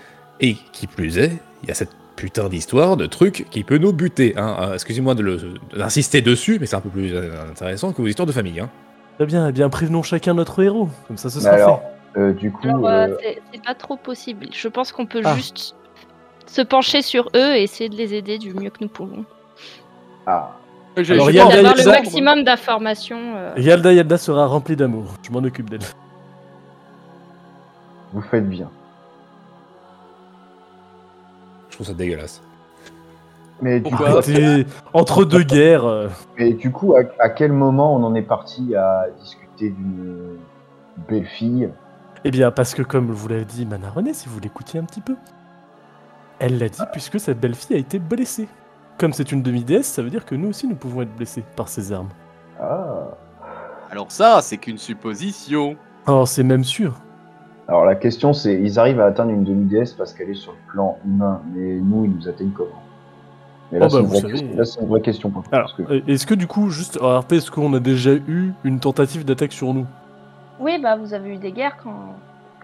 J: Et qui plus est, il y a cette putain d'histoire de truc qui peut nous buter. hein. Euh, Excusez-moi de le- d'insister dessus, mais c'est un peu plus euh, intéressant que vos histoires de famille. hein.
G: Très bien, eh bien prévenons chacun notre héros, comme ça ce
D: Mais
G: sera
D: alors,
G: fait.
D: euh, du coup,
B: Alors, euh,
D: euh,
B: c'est- c'est pas trop possible. Je pense qu'on peut
G: Ah.
B: juste se pencher sur eux et essayer de les aider du mieux que nous pouvons.
D: ah,
I: je-
G: alors,
I: je
G: il y a-
I: pense
G: il y a-
B: D'avoir
I: que
B: le
G: il y a-
B: maximum d'informations. euh,
G: Yalda Yalda sera remplie d'amour, je m'en occupe d'elle.
D: vous faites bien.
J: Je trouve ça dégueulasse.
D: Mais du,
I: Pourquoi
D: coup,
G: T'es entre deux guerres, euh,
D: mais du coup, à, à quel moment on en est parti à discuter d'une belle fille
G: Eh bien, parce que comme vous l'avez dit, Mana René, si vous l'écoutiez un petit peu, elle l'a dit puisque sa belle-fille a été blessée. Comme c'est une demi-déesse, ça veut dire que nous aussi nous pouvons être blessés par ses armes.
D: Ah.
I: Alors, ça, c'est qu'une supposition.
G: Oh, c'est même sûr.
D: Alors la question c'est, ils arrivent à atteindre une demi-déesse parce qu'elle est sur le plan humain, mais nous ils nous atteignent comment Mais là
G: Oh, bah,
D: c'est une,
G: vous
D: vraie
G: savez.
D: question- là, c'est une vraie question. par contre,
G: Alors,
D: parce que-
G: euh, est-ce que du coup, juste en RP, est-ce qu'on a déjà eu une tentative d'attaque sur nous
B: Oui, bah vous avez eu des guerres quand.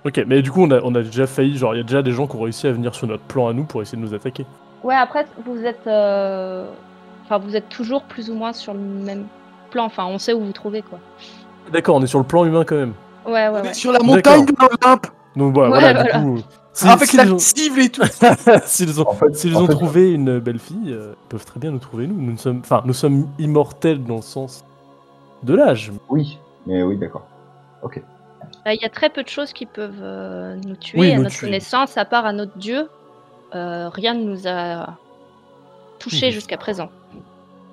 G: Ok, mais du coup, on a, on a déjà failli, genre, il y a déjà des gens qui ont réussi à venir sur notre plan à nous pour essayer de nous attaquer.
B: Ouais, après vous êtes, euh, enfin vous êtes toujours plus ou moins sur le même plan. Enfin, on sait où vous trouvez quoi.
G: D'accord, on est sur le plan humain quand même.
B: Ouais, ouais,
I: On
B: ouais.
I: est sur la montagne de l'Olympe
G: Donc voilà,
B: Ouais,
G: voilà,
B: voilà.
G: du coup... euh, si-
I: avec
G: si
I: la
G: ils ont-
I: cible et tout.
G: S'ils ont,
D: En fait-
G: s'ils
D: en
G: ont
D: fait-
G: trouvé une belle fille, euh, ils peuvent très bien nous trouver nous. Nous ne sommes, enfin, nous sommes immortels dans le sens de l'âge.
D: Oui, mais oui d'accord. Ok.
B: Bah, Il y a très peu de choses qui peuvent euh, nous tuer
G: Oui,
B: à
G: nous
B: notre
G: tuer.
B: connaissance, à part à notre dieu. euh, rien ne nous a touché
G: Mhm.
B: jusqu'à présent.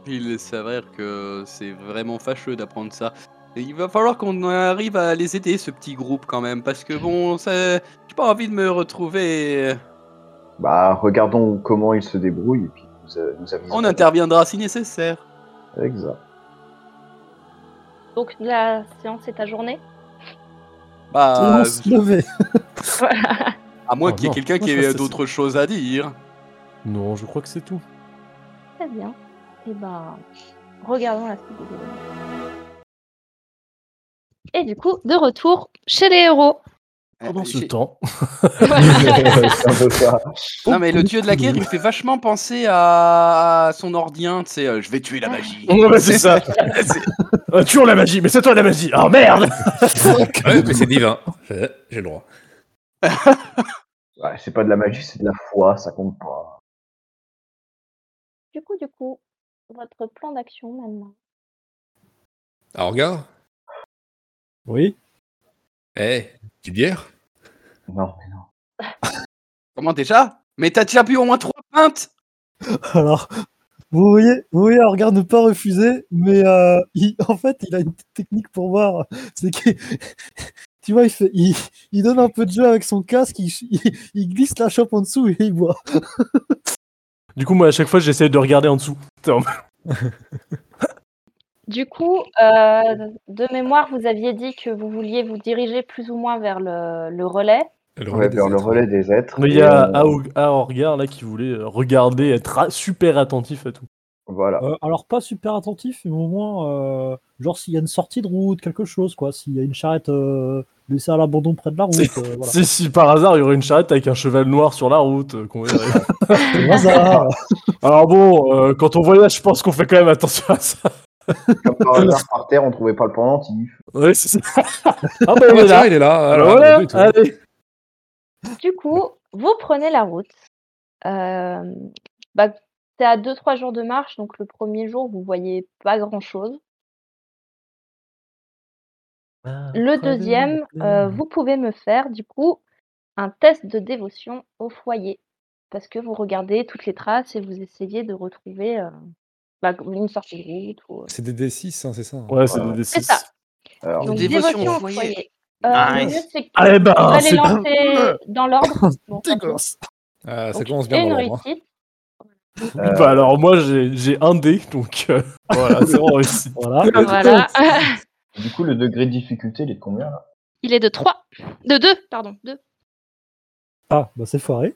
I: Il s'avère que c'est vraiment fâcheux d'apprendre ça. Et il va falloir qu'on arrive à les aider, ce petit groupe, quand même, parce que bon, c'est- j'ai pas envie de me retrouver.
D: Bah regardons comment ils se débrouillent et puis nous, euh, nous avisons.
I: On interviendra si nécessaire.
D: Exact.
B: Donc la séance est à journée.
I: Bah,
C: se lever.
I: à moins
G: Oh,
I: qu'il y ait
G: non.
I: quelqu'un
G: Moi,
I: qui
G: je
I: ait
G: reste
I: d'autres choses à dire.
G: Non, je crois que c'est tout.
B: Très bien. Et ben, regardons la suite des événements. Et du coup, de retour chez les héros.
G: Pendant Ah, ce
I: J'ai-
G: temps,
D: C'est un peu ça.
G: Oh,
I: Non, mais le dieu de la guerre, il me fait vachement penser à son ordien, tu sais, euh, je vais tuer la magie.
G: Ouais, bah, c'est ça. euh, tuons la magie, mais c'est toi la magie. Oh merde
J: Ouais, mais c'est divin. J'ai j'ai le droit.
D: Ouais, c'est pas de la magie, c'est de la foi, ça compte pas.
B: Du coup, du coup, votre plan d'action maintenant.
E: Ah,
J: Alors, regarde.
C: Oui.
J: Eh, petite bière.
D: Non mais non.
I: Comment déjà Mais t'as déjà bu au moins trois pintes
C: Alors, vous voyez, vous voyez, Orgar ne pas refuser, mais euh, il- en fait, il a une petite technique pour voir. C'est que, tu vois, il, fait, il, il donne un peu de jeu avec son casque, il, il- il glisse la chope en dessous et il boit.
G: Du coup, moi, à chaque fois, j'essaie de regarder en dessous.
B: Du coup, euh, de mémoire, vous aviez dit que vous vouliez vous diriger plus ou moins vers le, le relais.
E: Le
D: Ouais,
E: des
D: vers le
E: êtres.
D: relais des êtres.
G: Mais il
D: et
G: y a
D: on-
G: Ao- Aorgar là qui voulait euh, regarder, être ra- super attentif à tout.
D: Voilà.
E: Ah,
C: Euh, alors pas super attentif, mais au moins, euh, genre s'il y a une sortie de route, quelque chose, quoi, s'il y a une charrette euh, laissée à l'abandon près de la route, euh, voilà.
G: Si, si par hasard il y aurait une charrette avec un cheval noir sur la route. euh, qu'on verrait.
C: C'est le hasard.
G: Alors bon, euh, quand on voyage, je pense qu'on fait quand même attention à ça.
D: Comme par hasard, par terre, on trouvait pas le pendentif.
G: Ouais, c'est ça. ah bah
E: Ah,
G: il est là.
E: tiens, il est là.
G: Alors
E: ah,
G: voilà,
E: bah, dis donc.
G: allez.
B: Du coup, vous prenez la route. Euh, bah, c'est à 2-3 jours de marche, donc le premier jour, vous voyez pas grand-chose. Le deuxième, euh, vous pouvez me faire, du coup, un test de dévotion au foyer. Parce que vous regardez toutes les traces et vous essayez de retrouver euh, bah, une sortie de route. ou, euh,
E: C'est des D6, hein, c'est ça. hein.
G: Ouais, c'est
D: Voilà.
G: des
B: C'est
G: D6.
B: ça.
D: Alors,
B: Donc,
F: Dévotion
B: dévotion
F: au
B: au
F: foyer.
B: foyer. Euh, le
F: Nice.
B: mieux, c'est que
G: Allez, ben,
B: on va les
G: c'est pas-
B: lancer dans l'ordre. Bon, ça tombe.
E: Ah, ça
B: Donc,
E: commence bien
B: une
E: dans l'ordre. hein.
B: réussite.
D: euh,
G: Bah alors moi j'ai j'ai un dé, donc euh, voilà, c'est bon réussi.
E: Ah,
C: Voilà.
B: Voilà.
D: du coup, le degré de difficulté, il est de combien là
B: Il est de 3. De 2, pardon. 2.
C: Ah, bah c'est foiré.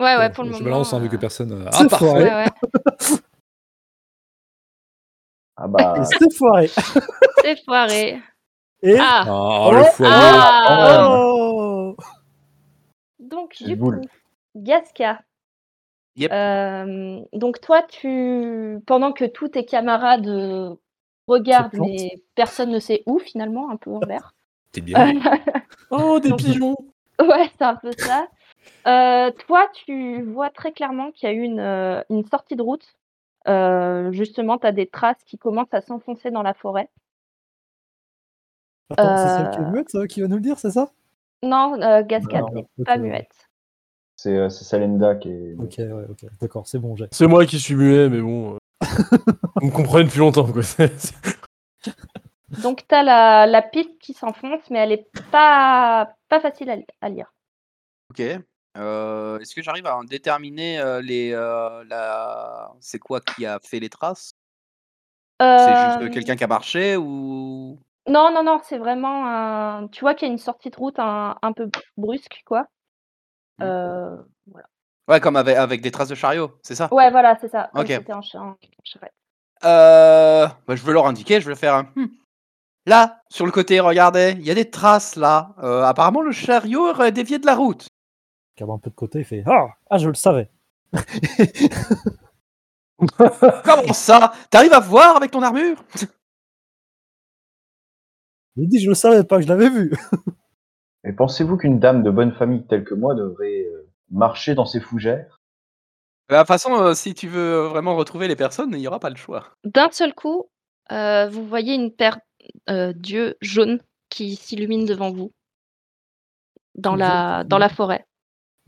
B: Ouais, ouais, pour le
E: je
B: moment.
E: balance hein, vu que
B: euh,
E: personne. euh, Ah,
C: C'est
E: parfait.
C: foiré.
B: ouais, ouais.
D: Ah bah,
C: Et c'est foiré.
B: C'est foiré.
C: Et
B: Ah,
E: Ah, le
C: Ouais.
E: foyer.
B: ah.
C: oh
B: Donc,
D: C'est
B: du
D: boule.
B: coup, Gasca.
F: Yep.
B: Euh, donc, toi, tu. Pendant que tous tes camarades euh, regardent,
C: Se plantent.
B: mais personne ne sait où, finalement, un peu envers.
E: T'es bien.
G: Oh des
B: Donc-
G: pigeons
B: Ouais, c'est un peu ça. Euh, toi, tu vois très clairement qu'il y a eu une, euh, une sortie de route. Euh, justement, tu as des traces qui commencent à s'enfoncer dans la forêt.
C: Attends, c'est celle qui est
B: Euh,
C: muette euh, qui va nous le dire, c'est ça
B: Non, euh, Gasca,
D: Non,
B: donc,
C: ok,
B: pas
C: ouais.
B: muette.
D: c'est euh, c'est Salenda qui est.
C: Ok, ouais, ok. D'accord, c'est bon, j'ai.
G: C'est moi qui suis muet, mais bon. euh, Vous me comprenez depuis longtemps quoi. C'est-
B: Donc, tu as la, la piste qui s'enfonce, mais elle est pas, pas facile à, li- à lire.
F: Ok. Euh, Est-ce que j'arrive à en déterminer euh, les euh, la... c'est quoi qui a fait les traces C'est juste euh,
B: Euh,
F: quelqu'un qui a marché ou
B: Non, non, non, c'est vraiment un. Tu vois qu'il y a une sortie de route un, un peu brusque, quoi.
F: Mm.
B: Euh,
F: ouais comme avec, avec des traces de chariot, c'est ça
B: Ouais, voilà, c'est ça. comme
F: Ok.
B: C'était en cha- en charrette.
F: Euh, bah, je veux leur indiquer, je vais faire un. Hmm. Là, sur le côté, regardez, il y a des traces là. Euh, apparemment, le chariot aurait dévié de la route.
C: Regarde un peu de côté, il fait Ah, ah je le savais.
F: Comment ça T'arrives à voir avec ton armure
C: Il dit Je le savais pas, je l'avais vu.
D: Et pensez-vous qu'une dame de bonne famille telle que moi devrait euh, marcher dans ses fougères
F: Bah, De toute façon, euh, si tu veux vraiment retrouver les personnes, il n'y aura pas le choix.
K: D'un seul coup, euh, vous voyez une paire euh, d'yeux jaunes qui s'illumine devant vous dans
C: Jaune
K: la, dans la forêt.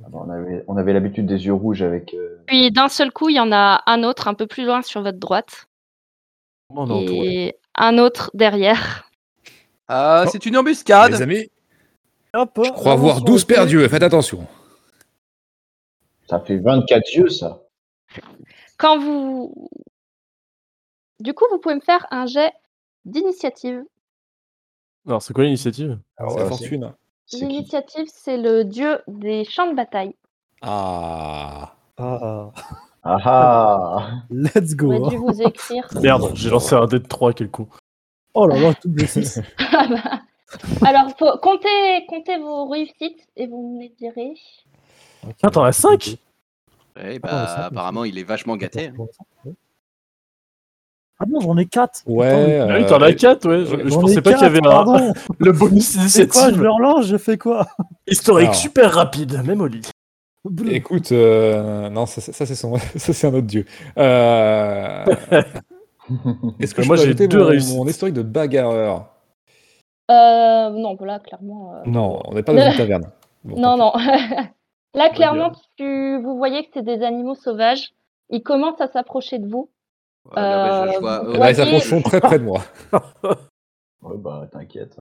D: Alors, Ah, On avait, on avait l'habitude des yeux rouges avec. euh,
K: Puis d'un seul coup, il y en a un autre un peu plus loin sur votre droite
F: Oh,
G: Comment on est entouré
K: et un autre derrière.
F: Euh,
E: Oh.
F: C'est une embuscade.
E: Les amis,
C: Hop,
E: je crois voir 12 paires d'yeux. Faites attention.
D: Ça fait 24 yeux, ça.
K: Quand
B: Quand vous. Du coup, vous pouvez me faire un jet d'initiative.
G: Alors c'est quoi l'initiative
E: C'est
D: Ah ouais,
E: la fortune.
D: C'est qui
B: L'initiative, c'est le dieu des champs de bataille.
E: Ah.
C: Ah, ah.
D: Ah ah
C: let's
B: J'aurais
C: go. hein.
B: dû vous écrire.
G: Merde, j'ai lancé un dé de 3 quel con.
C: Oh là là, toutes les 6.
B: Ah bah. Alors, faut- comptez, comptez vos réussites et vous me les direz.
G: Ah, t'en as 5
F: Eh bah,
C: Ah, ça, mais-
F: apparemment, il est vachement gâté. hein.
C: Ah non, j'en ai 4.
E: Ouais.
G: Ah oui,
E: euh,
G: t'en as
E: et-
G: 4, ouais. Je, je pensais pas qu'il y avait un,
C: Pardon,
G: le bonus
C: c'est quoi Je
G: initiative
C: me relance, je fais quoi
G: historique
E: Alors.
G: super rapide, même au lit.
C: Bleu.
E: Écoute, euh, non, ça, ça, ça, c'est son, ça c'est un autre dieu. Euh, Est-ce que
G: Bah,
E: je
G: moi,
E: peux
G: j'ai
E: ajouter
G: deux
E: mon,
G: réussites.
E: mon historique de bagarreur
B: Euh, non, voilà, clairement. euh,
E: Non, on n'est pas dans une taverne. Bon,
B: Non,
E: tant
B: non. Là, clairement, tu, vous voyez que c'est des animaux sauvages. Ils commencent à s'approcher de vous.
F: Ouais, Ah,
E: Ah,
F: là, ouais, je- je
B: Euh,
F: vois-
B: vous
E: pis.
F: ouais,
E: Là, ils
F: je-
B: voyez-
E: s'approchent très près de moi.
D: Ouais, bah, t'inquiète.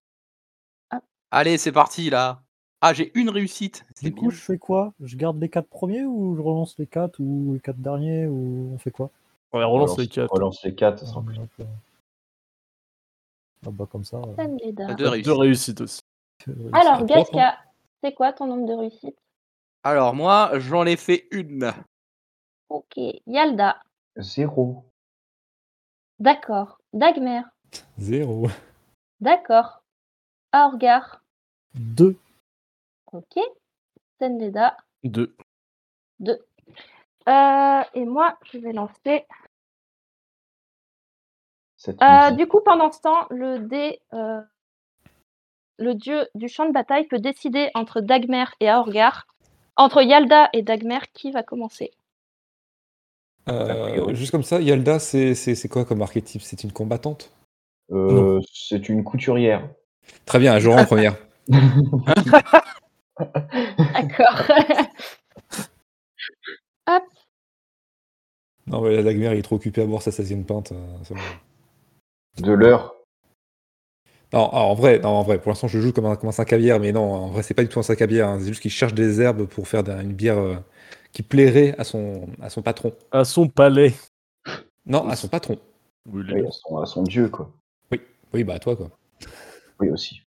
B: Ah.
F: Allez, c'est parti là. Ah, j'ai une réussite. C'est
C: Du coup,
F: bien.
C: je fais quoi Je garde les 4 premiers ou je relance les 4 ou les 4 derniers ou on fait quoi
G: Ouais, relance les quatre.
D: Relance les 4, ça sera plus.
C: Donc, euh, Ah bah comme ça. euh,
B: Stan Leda.
F: T'as deux
G: Deux
F: réussites.
G: réussites aussi.
C: euh,
B: Alors,
G: trois
B: Gaska,
E: hein.
B: c'est quoi ton nombre de réussites
F: Alors moi, j'en ai fait une.
B: Ok. Yalda,
D: 0.
B: d'accord. Dagmer,
E: Zéro.
B: d'accord. Aorgar,
C: Deux.
B: ok. Senleda,
G: Deux.
B: deux. Euh, et moi, je vais lancer.
D: Cette
B: Euh,
D: musique.
B: du coup, pendant ce temps, le dé, euh, le dieu du champ de bataille peut décider entre Dagmer et Aorgar, entre Yalda et Dagmer, qui va commencer.
E: Euh,
D: A priori.
E: juste comme ça, Yalda, c'est c'est- c'est quoi comme archétype C'est une combattante
D: Euh, c'est une couturière.
E: Très bien, je rends en première.
B: D'accord.
E: Non, mais la Dagmer, il est trop occupé à boire sa 16 pinte. euh, c'est bon.
D: De l'heure.
E: Non, ah, en vrai, non, en vrai, pour l'instant, je joue comme un, comme un sac à bière, mais non, en vrai, c'est pas du tout un sac à bière. hein. C'est juste qu'il cherche des herbes pour faire d'un- une bière euh, qui plairait à son, à son patron.
G: À son palais.
E: Non, à son patron.
G: Oui, les
D: Oui, à son, à son dieu, quoi.
E: Oui, bah, à toi, quoi.
D: Oui, aussi.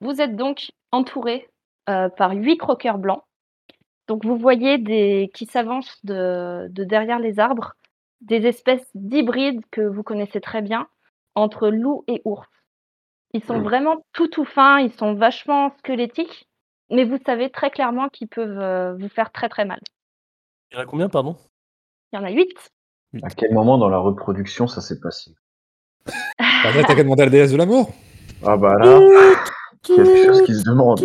B: Vous êtes donc entouré euh, par huit croqueurs blancs. Donc vous voyez des qui s'avancent de, de derrière les arbres, des espèces d'hybrides que vous connaissez très bien entre loup et ours. Ils sont
D: Mm.
B: vraiment tout tout fins, ils sont vachement squelettiques, mais vous savez très clairement qu'ils peuvent euh, vous faire très très mal.
G: Il y en a combien, pardon
B: Il y en a huit.
E: Hmm.
D: À quel moment dans la reproduction ça s'est passé
E: Bah, là, t'as qu'à demander à la déesse de l'amour.
D: Ah bah là, quelque chose qui se demande.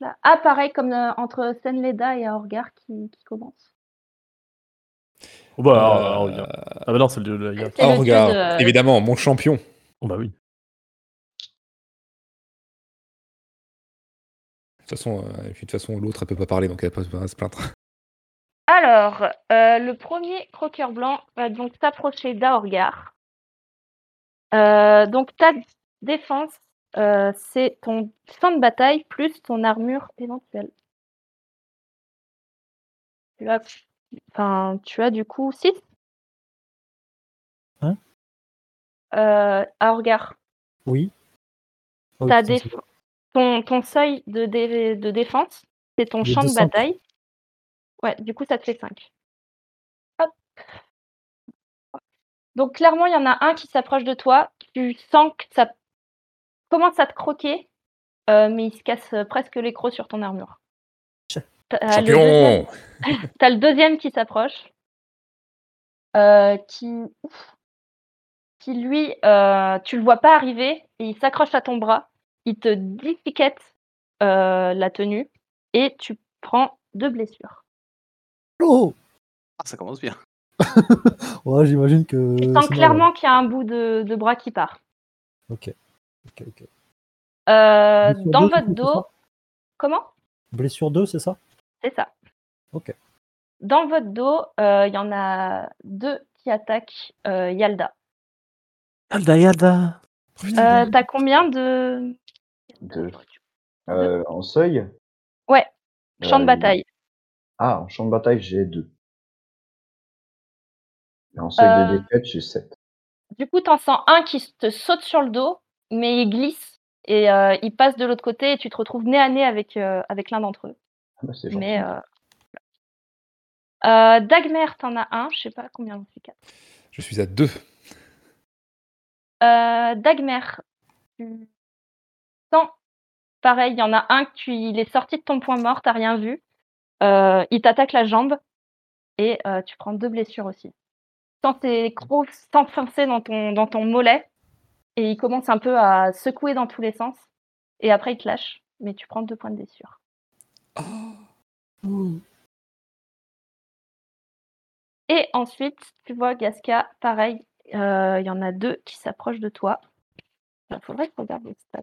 B: Là. Ah pareil comme euh, entre Senleda et Aorgar qui, qui commence.
G: Oh bah, alors,
E: Euh,
G: alors, regarde. Ah bah non, c'est le dieu de la guerre.
B: C'est
E: oh,
B: le dieu
E: regarde,
B: de-
E: évidemment, mon champion.
G: Oh bah oui.
E: De toute façon, euh, et puis, de toute façon l'autre, elle peut pas parler, donc elle peut pas se plaindre.
B: Alors, euh, le premier croqueur blanc va donc s'approcher d'Aorgar. Euh, donc, ta défense, euh, c'est ton champ de bataille plus ton armure éventuelle. Tu as, enfin, tu as du coup 6.
C: Hein
B: euh, Aorgar,
C: Oui. Ah oui,
B: ta
C: putain,
B: déf- ton, ton seuil de, dé- de défense, c'est ton
C: Il est
B: champ de
C: 200.
B: bataille. Ouais, du coup, ça te fait 5. Hop. Donc, clairement, il y en a un qui s'approche de toi. Tu sens que ça commence à te croquer, euh, mais il se casse euh, presque les crocs sur ton armure.
C: Tcha-
B: T'as le deuxième-
E: Champion
B: T'as le deuxième qui s'approche, euh, qui, ouf, qui lui, euh, tu le vois pas arriver, et il s'accroche à ton bras, il te dépiquette euh, la tenue, et tu prends deux blessures.
C: c'est- Oh
F: Ah, ça commence bien.
C: Ouais, j'imagine que.
B: Tu
C: Euh, c'est
B: sens
C: mal,
B: clairement qu'il y a un bout de, de bras qui part.
C: ouais. Ok, ok.
B: Euh,
C: Blessure
B: dans
C: deux,
B: votre
C: c'est ça
B: dos, comment
C: Blessure 2, c'est ça
B: C'est ça.
C: Ok.
B: Dans votre dos, euh, il y en a deux qui attaquent euh, Yalda.
G: Yalda, Yalda
B: Euh, T'as combien de
D: De- Euh, en seuil
B: Ouais, champs de
D: Euh,
B: bataille
D: Ah, en champ de bataille, j'ai 2. Et en seuil
B: Euh.
D: de défaite, j'ai 7.
B: Du coup, t'en sens un qui s- te saute sur le dos, mais il glisse et euh, il passe de l'autre côté et tu te retrouves nez à nez avec, euh, avec l'un d'entre eux.
D: Ah bah, c'est gentil.
B: Mais euh, voilà. Euh, Dagmer, t'en as un, je sais pas combien on fait quatre.
E: Je suis à deux.
B: Euh, Dagmer, tu sens pareil, il y en a un qui il est sorti de ton point mort, t'as rien vu. Euh, il t'attaque la jambe et euh, tu prends deux blessures aussi. Sans tes crocs s'enfoncer dans ton, dans ton mollet et il commence un peu à secouer dans tous les sens. Et après, il te lâche, mais tu prends deux points de blessure. Et ensuite, tu vois Gasca, pareil, euh, il y en a deux qui s'approchent de toi. Il faudrait que je regarde les stats.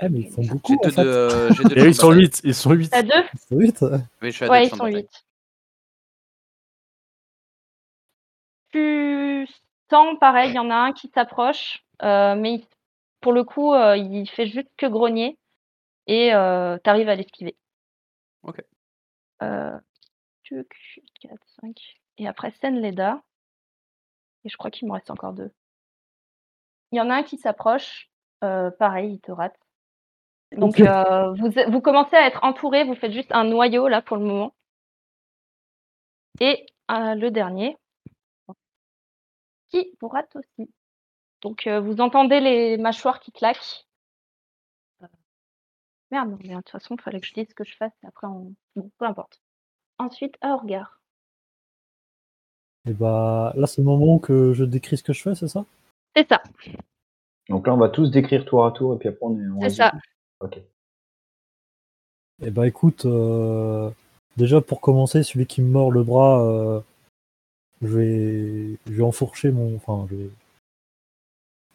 C: Eh, mais ils font
F: J'ai
C: beaucoup en
F: deux de.
C: fait.
F: euh, j'ai deux
G: Et
F: de
G: ils sont
F: bataille.
G: 8, ils sont 8.
B: T'as deux
C: C'est vite.
F: Mais je suis à
B: Ouais,
F: deux
B: ils
F: champs de
B: sont
F: bataille.
B: huit. Tu sens pareil, il y en a un qui s'approche, euh, mais il- pour le coup, euh, il fait juste que grogner. et euh, t'arrives à l'esquiver.
F: Ok.
B: Euh, 2, 4, 5. Et après Senleda. Et je crois qu'il me reste encore deux. Il y en a un qui s'approche. euh, pareil, il te rate. Donc
C: Ok.
B: euh, vous, vous commencez à être entouré, vous faites juste un noyau là pour le moment. Et euh, le dernier, qui vous rate aussi. Donc euh, vous entendez les mâchoires qui claquent. Euh, Merde, non, mais de toute façon, il fallait que je dise ce que je fasse, et après on. Bon, peu importe. Ensuite, à regard.
C: Et bah là, c'est le moment que je décris ce que je fais, c'est ça
B: C'est ça,
D: Donc là, on va tous décrire tour à tour et puis après on est. on
B: c'est
D: résume.
B: ça.
D: Ok.
C: Eh ben écoute, euh, déjà pour commencer, celui qui me mord le bras, euh, je vais, je vais enfourcher mon, enfin, je vais,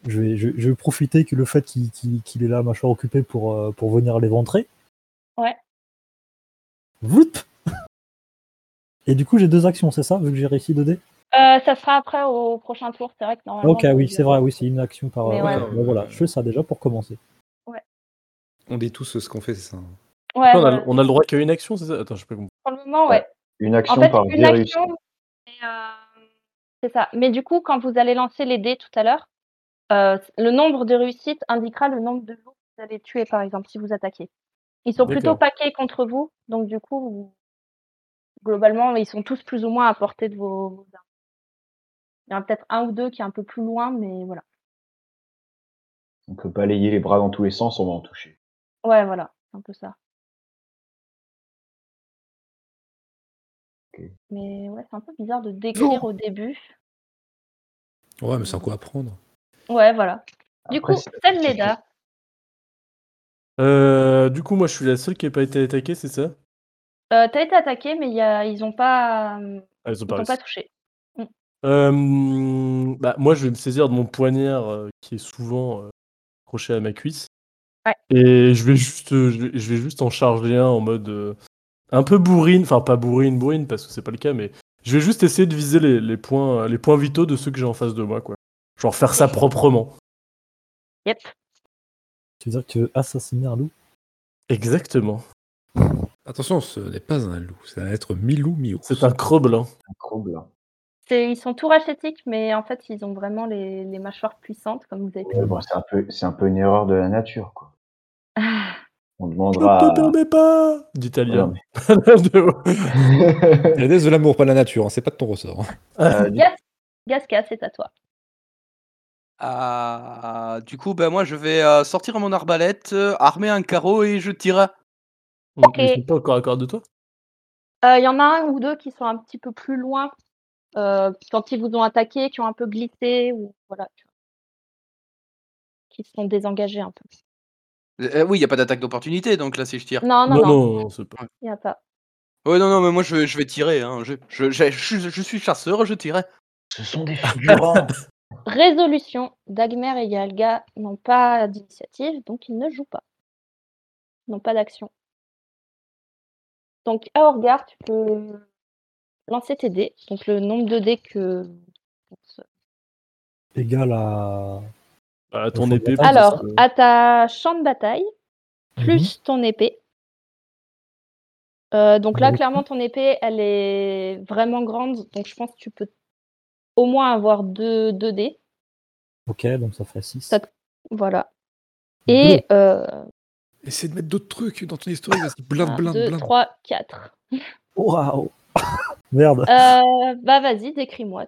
C: je vais, je, je vais profiter que le fait qu'il qu'il- qu'il est là, mâchoire occupée, pour euh, pour venir l'éventrer.
B: Ouais.
C: Voup Et du coup, j'ai deux actions, c'est ça, vu que j'ai réussi 2 dés.
B: Euh, ça sera après au prochain tour, c'est vrai que normalement.
C: Ok, ah
B: vous-
C: oui, c'est vrai, oui, c'est une action par.
B: Mais
C: euh,
B: ouais.
C: ok, bon, voilà, je fais ça déjà pour commencer.
E: On dit tous ce qu'on fait, c'est ça.
B: Ouais,
G: on,
B: voilà.
G: a, on a le droit qu'à une action, c'est ça Attends, je sais pas comment.
B: Pour le moment, ouais.
D: Une action
B: En fait,
D: par
B: une
D: virus.
B: action. et, euh, C'est ça. Mais du coup, quand vous allez lancer les dés tout à l'heure, euh, le nombre de réussites indiquera le nombre de jours que vous allez tuer, par exemple, si vous attaquez. Ils sont plutôt
G: D'accord.
B: paquets contre vous, donc du coup, vous- globalement, ils sont tous plus ou moins à portée de vos, vos armes. Il y en a peut-être un ou deux qui est un peu plus loin, mais voilà.
D: On peut balayer les bras dans tous les sens, on va en toucher.
B: Ouais, voilà, c'est un peu ça.
D: Ok.
B: Mais ouais, c'est un peu bizarre de décrire au début.
E: Ouais, mais c'est un coup à prendre.
B: Ouais, voilà. Du
D: Après,
B: coup,
D: c'est-
B: Stan Leda,
G: Euh, du coup, moi, je suis la seule qui n'a pas été attaquée, c'est ça
B: euh, t'as été attaqué, mais il y a... ils ont pas, euh,
G: Ah, ils ont
B: ils t'ont
G: pas
B: pas
G: réussi.
B: touché. Mm.
G: Euh, bah, moi, je vais me saisir de mon poignard euh, qui est souvent euh, accroché à ma cuisse.
B: Ouais.
G: Et je vais juste, euh, je vais, je vais juste en charger un en mode euh, un peu bourrine, enfin pas bourrine, bourrine parce que c'est pas le cas, mais je vais juste essayer de viser les, les points, euh, les points vitaux de ceux que j'ai en face de moi, quoi. Genre faire ça proprement.
B: Yep.
C: Tu veux dire que tu veux assassiner un loup
G: Exactement.
E: Attention, ce n'est pas un loup, c'est un être mi-loup, mi-ours.
G: C'est un creux blanc.
D: Un croc blanc.
B: C'est... Ils sont tout rachétiques, mais en fait, ils ont vraiment les, les mâchoires puissantes, comme vous avez pu
D: Ouais,
B: le
D: bon,
B: voir.
D: c'est un peu, c'est un peu une erreur de la nature, quoi.
B: Ah,
D: On
G: Je ne
D: demandera.
G: te permets pas
D: Non,
G: d'italien.
D: mais-
E: La déesse de l'amour, pas de la nature, hein, c'est pas de ton ressort.
G: Ah,
D: Euh, du-
B: Gas- Gasca, c'est à toi.
F: Ah, du coup, ben moi, je vais euh, sortir mon arbalète, euh, armer un carreau et je tire.
G: Ok. Ils sont pas encore à corps de toi.
B: Euh, Il y en a un ou deux qui sont un petit peu plus loin, euh, quand ils vous ont attaqué, qui ont un peu glissé, ou voilà. tu vois. Qui se sont désengagés un peu.
F: Euh, oui, il n'y a pas d'attaque d'opportunité, donc là, si je tire.
B: Non, non,
G: non,
B: non,
G: non, non, c'est pas.
B: il n'y a pas.
F: Ouais, non, non, mais moi, je, je vais tirer. hein, Je, je, je- je- je suis chasseur, je tirerai.
D: Ce sont des figurants.
B: Résolution, Dagmer et Yalga n'ont pas d'initiative, donc ils ne jouent pas. Ils n'ont pas d'action. Donc à Orgar, tu peux lancer tes dés, donc le nombre de dés que...
C: Égal à.
G: Bah, À ton
C: Faut que
G: épée.
C: j'attaque.
G: parce
B: Alors,
G: que-
B: à ta champ de bataille, plus ton épée. Euh, donc là,
C: Avec-
B: clairement, ton épée, elle est vraiment grande, donc je pense que tu peux au moins avoir deux, deux dés.
C: Ok, donc ça fait 6.
B: Ça- Voilà. Et euh,
E: Essaye de mettre d'autres trucs dans ton histoire, vas-y, blinde,
B: 1,
E: blinde,
B: 2,
E: blinde.
B: 3, 4.
C: Oh, Waouh Merde.
B: Euh, bah vas-y, décris-moi.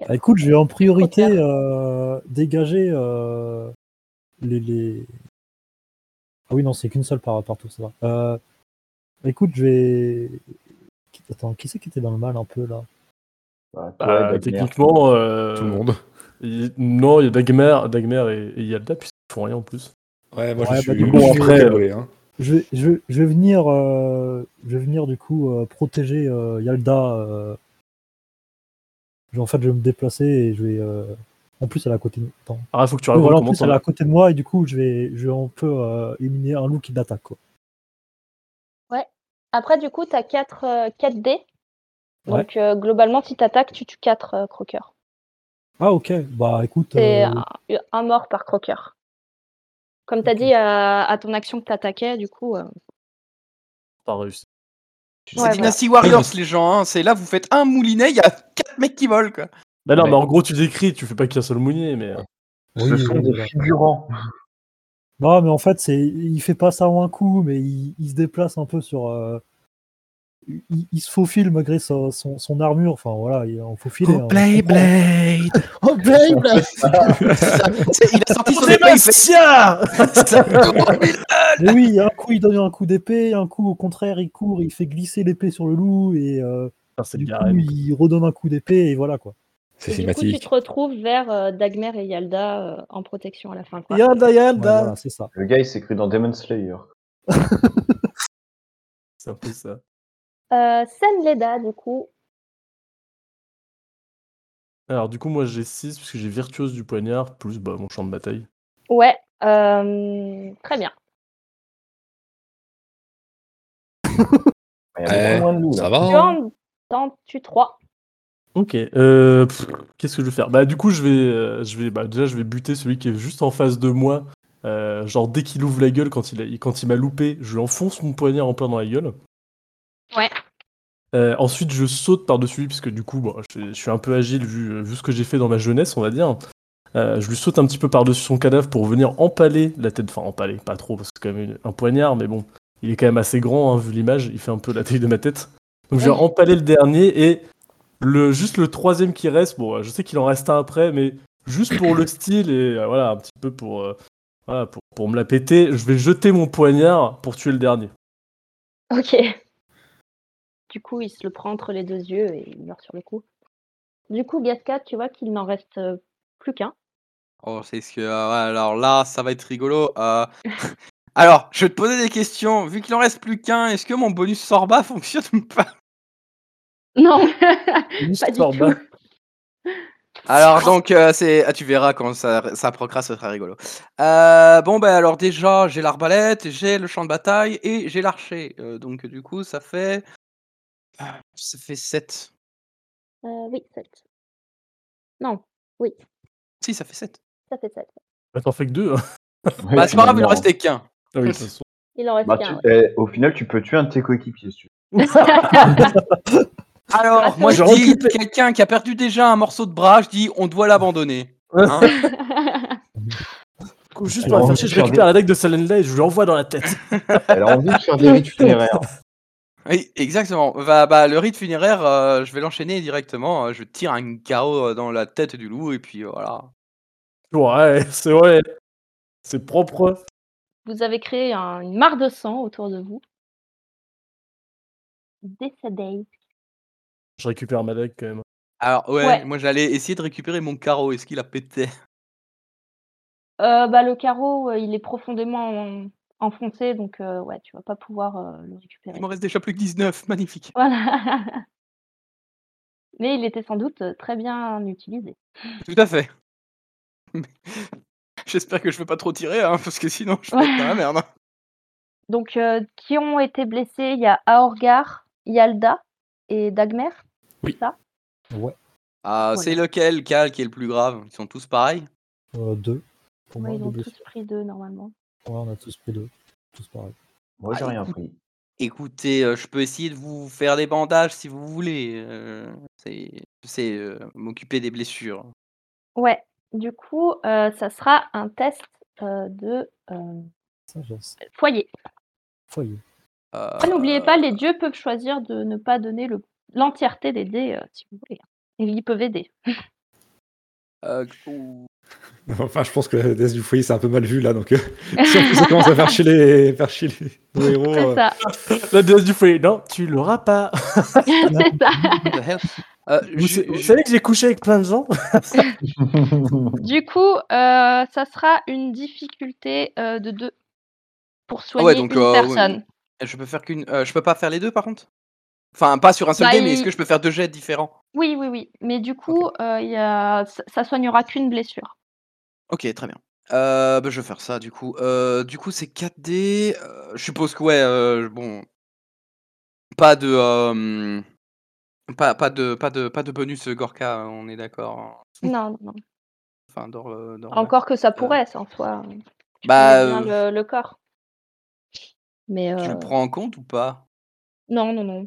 C: Bah, écoute, je vais en priorité euh, dégager euh, les, les- Ah oui, non, c'est qu'une seule par, partout, ça va. Euh, écoute, je vais... Attends, qui c'est qui était dans le mal un peu, là
D: Bah, toi,
G: Bah,
D: Dagmar.
G: techniquement, euh,
E: Tout le monde.
G: il- non, il y a Dagmer, Dagmer et, et Yalda, puisqu'ils font rien en plus.
E: Ouais, moi
C: Ouais,
E: je
C: bah,
E: suis
C: du euh,
G: coup,
E: je suis
G: après,
D: euh,
E: cabré, hein.
C: je vais, je, vais- je vais venir, euh, je vais venir du coup euh, protéger euh, Yalda. euh. Je vais- en fait, je vais me déplacer et je vais. euh, En plus, elle est à côté de moi.
G: Ah, faut que tu
C: Oui,
G: racontes
C: voilà, en
G: comment
C: plus,
G: t'en-
C: elle est à côté de moi et du coup, je vais, je vais un peu euh, éliminer un loup qui m'attaque. quoi.
B: Après, du coup, t'as 4, dés.
C: Ouais.
B: Donc, euh, globalement, si t'attaques, tu tues 4 croqueurs.
C: Ah, ok. Bah, écoute,
B: C'est
C: euh,
B: un, un mort par croqueur. Comme t'as
G: Ok.
B: dit à, à ton action que t'attaquais, du coup. euh,
G: Pas réussi.
F: C'est
B: Ouais,
F: Dynasty Warriors, les gens. hein. C'est là, vous faites un moulinet, il y a quatre mecs qui volent. Quoi.
G: Bah non,
D: Ouais.
G: mais en gros, tu décris, tu fais pas qu'un seul mounier, mais. euh,
D: Ce sont des figurants.
C: Non, mais en fait, c'est, il fait pas ça en un coup, mais il, il se déplace un peu sur. euh, il, il se faufile malgré sa- son, son armure. Enfin voilà, il est en faufilé. hein.
E: Blade
C: Oh, Blade Mhm.
F: C'est- Il a sorti son épée, il fait ça.
C: Mais oui, il y a un coup, il donne un coup d'épée, un coup, au contraire, il court, il fait glisser l'épée sur le loup, et euh,
E: Ah,
G: Putain, c'est
C: du coup,
G: Garen.
C: il redonne un coup d'épée, et voilà quoi.
E: hein. C'est
B: et du coup, tu
E: cinématique.
B: te retrouves vers euh, Dagmer et Yalda euh, en protection à la fin. Quoi.
G: Yalda,
C: Ouais,
G: Yalda
C: voilà, c'est ça.
D: Le gars, il s'écrit dans Demon Slayer.
G: C'est un peu ça.
B: Euh, Senleda, du coup.
G: Alors, du coup, moi j'ai 6 parce que j'ai Virtuose du poignard plus bah, mon champ de bataille.
B: Ouais. euh, très bien.
D: Bah, Il y a
E: Eh,
D: beaucoup moins de loups, là.
E: Ça va hein
B: John, t'en tues 3.
G: Ok, euh, pff, qu'est-ce que je vais faire Bah, du coup, je vais, euh, je vais, bah, déjà, je vais buter celui qui est juste en face de moi. Euh, genre, dès qu'il ouvre la gueule, quand il, a- quand il m'a loupé, je lui enfonce mon poignard en plein dans la gueule.
B: Ouais.
G: Euh, ensuite, je saute par-dessus lui, parce que du coup, bon, je, je suis un peu agile vu, vu ce que j'ai fait dans ma jeunesse, on va dire. Euh, je lui saute un petit peu par-dessus son cadavre pour venir empaler la tête. Enfin, empaler, pas trop, parce que c'est quand même une- un poignard, mais bon, il est quand même assez grand, hein, vu l'image, il fait un peu la taille de ma tête. Donc, je vais
B: Ouais.
G: empaler le dernier et le, juste le troisième qui reste. Bon, euh, je sais qu'il en reste un après, mais juste pour le style et euh, voilà, un petit peu pour, euh, voilà, pour, pour me la péter, je vais jeter mon poignard pour tuer le dernier.
B: Ok. Du coup, il se le prend entre les deux yeux et il meurt sur le coup. Du coup, Gasca, tu vois qu'il n'en reste euh, plus qu'un.
F: Oh, c'est ce que. ah ouais, Alors là, ça va être rigolo. euh. Alors, je vais te poser des questions. Vu qu'il en reste plus qu'un, est-ce que mon bonus Sorba fonctionne ou pas
B: Non,
G: Juste
B: pas du
G: par bas.
B: tout.
F: Alors, donc, euh, c'est. Ah, tu verras quand ça, ça procra, ce sera rigolo. Euh, bon, ben alors, déjà, j'ai l'arbalète, j'ai le champ de bataille et j'ai l'archer. Euh, donc, du coup, ça fait. Ah, Ça fait 7.
B: Euh, oui, 7. Non, oui,
F: Si, ça fait 7.
B: ça fait 7.
G: Bah, t'en fais que deux. hein.
D: Ouais,
F: bah, c'est pas grave, il en
D: finalement.
F: restait qu'un.
G: Ah oui, de toute façon.
B: Il en reste
D: Bah, tu-
B: qu'un. ouais.
D: eh, au final, tu peux tuer un de tes coéquipiers si tu
F: Alors, moi, je
G: J'ai
F: dis,
G: récupéré.
F: quelqu'un qui a perdu déjà un morceau de bras, je dis, on doit l'abandonner. Hein
G: Du coup, Juste
D: Elle
G: pour
D: a
G: la faire
D: envie
G: chier,
D: de
G: je
D: faire
G: récupère la deck de Salenda et je lui envoie dans la tête.
D: veux. Elle a envie de faire des rites funéraires.
F: Oui, exactement. Bah, bah, le rite funéraire, euh, je vais l'enchaîner directement. euh, Je tire un chaos dans la tête du loup et puis euh, voilà.
G: Ouais, c'est vrai. C'est propre.
B: Vous avez créé un- une mare de sang autour de vous. Décédé.
G: Je récupère ma deck quand même.
F: Alors ouais,
B: Ouais.
F: moi j'allais essayer de récupérer mon carreau. Est-ce qu'il a pété
B: Euh, bah, le carreau, euh, il est profondément en- enfoncé, donc euh, ouais, tu vas pas pouvoir euh, le récupérer.
F: Il m'en reste déjà plus que 19. Magnifique.
B: Voilà. Mais il était sans doute euh, très bien utilisé.
F: Tout à fait. J'espère que je vais pas trop tirer, hein, parce que sinon je vais
B: Ouais.
F: être dans la merde.
B: Donc, euh, qui ont été blessés Il y a Aorgar, Yalda et Dagmer.
E: Oui.
B: c'est Ça
F: Ah, C'est lequel, Cal, qui est le plus grave Ils sont tous pareils.
C: Euh, deux, pour
B: Ouais,
C: moi,
B: ils
C: deux
B: ont
C: blessures.
B: tous pris deux normalement.
C: Ouais, on a tous pris deux. Tous pareil.
D: Moi, j'ai
F: Ah,
D: rien
F: écoute.
D: pris.
F: Écoutez, euh, je peux essayer de vous faire des bandages si vous voulez. euh, c'est, c'est euh, m'occuper des blessures.
B: Ouais, du coup, euh, ça sera un test euh, de euh,
C: Ça, j'en sais.
B: foyer.
C: Foyer.
F: Euh,
B: Ah, N'oubliez pas, les dieux peuvent choisir de ne pas donner le- l'entièreté des dés, euh, si vous voulez. Et ils peuvent aider.
F: euh,
I: oh.
F: ou-
E: Enfin, je pense que la déesse du foyer, c'est un peu mal vu là. Donc, euh, si en plus, ça commence à faire chier les, faire chier les- nos héros.
B: C'est
E: euh,
B: ça,
G: La déesse du foyer. Non, tu l'auras pas.
B: c'est ça.
F: What the hell Euh,
G: Vous,
F: ju-
G: sa- vous
F: ju-
G: savez que j'ai couché avec plein de gens
B: Du coup, euh, ça sera une difficulté euh, de deux pour soigner
F: donc,
B: une
F: euh, ouais,
B: personne.
F: je peux faire qu'une. euh, je peux pas faire les deux par contre. Enfin, pas sur un seul
B: Bah,
F: dé, mais est-ce
B: il-
F: que je peux faire deux jets différents
B: Oui, oui, oui. Mais du coup, euh, il y a... ça ça soignera qu'une blessure.
F: Ok, très bien. Euh, bah, je vais faire ça du coup. Euh, du coup, c'est 4 dés. euh, je suppose que ouais, euh, bon, pas de, euh, pas, pas de, pas de, pas de bonus euh, Gorka. On est d'accord. hein.
B: Non, non, non.
F: Enfin, dans, le- dans le-
B: Encore que ça pourrait, ça en soi. tu
F: Bah,
B: connais bien
F: euh,
B: le, le corps. Mais
F: Tu le
B: euh,
F: prends en compte ou pas
B: non, non, non.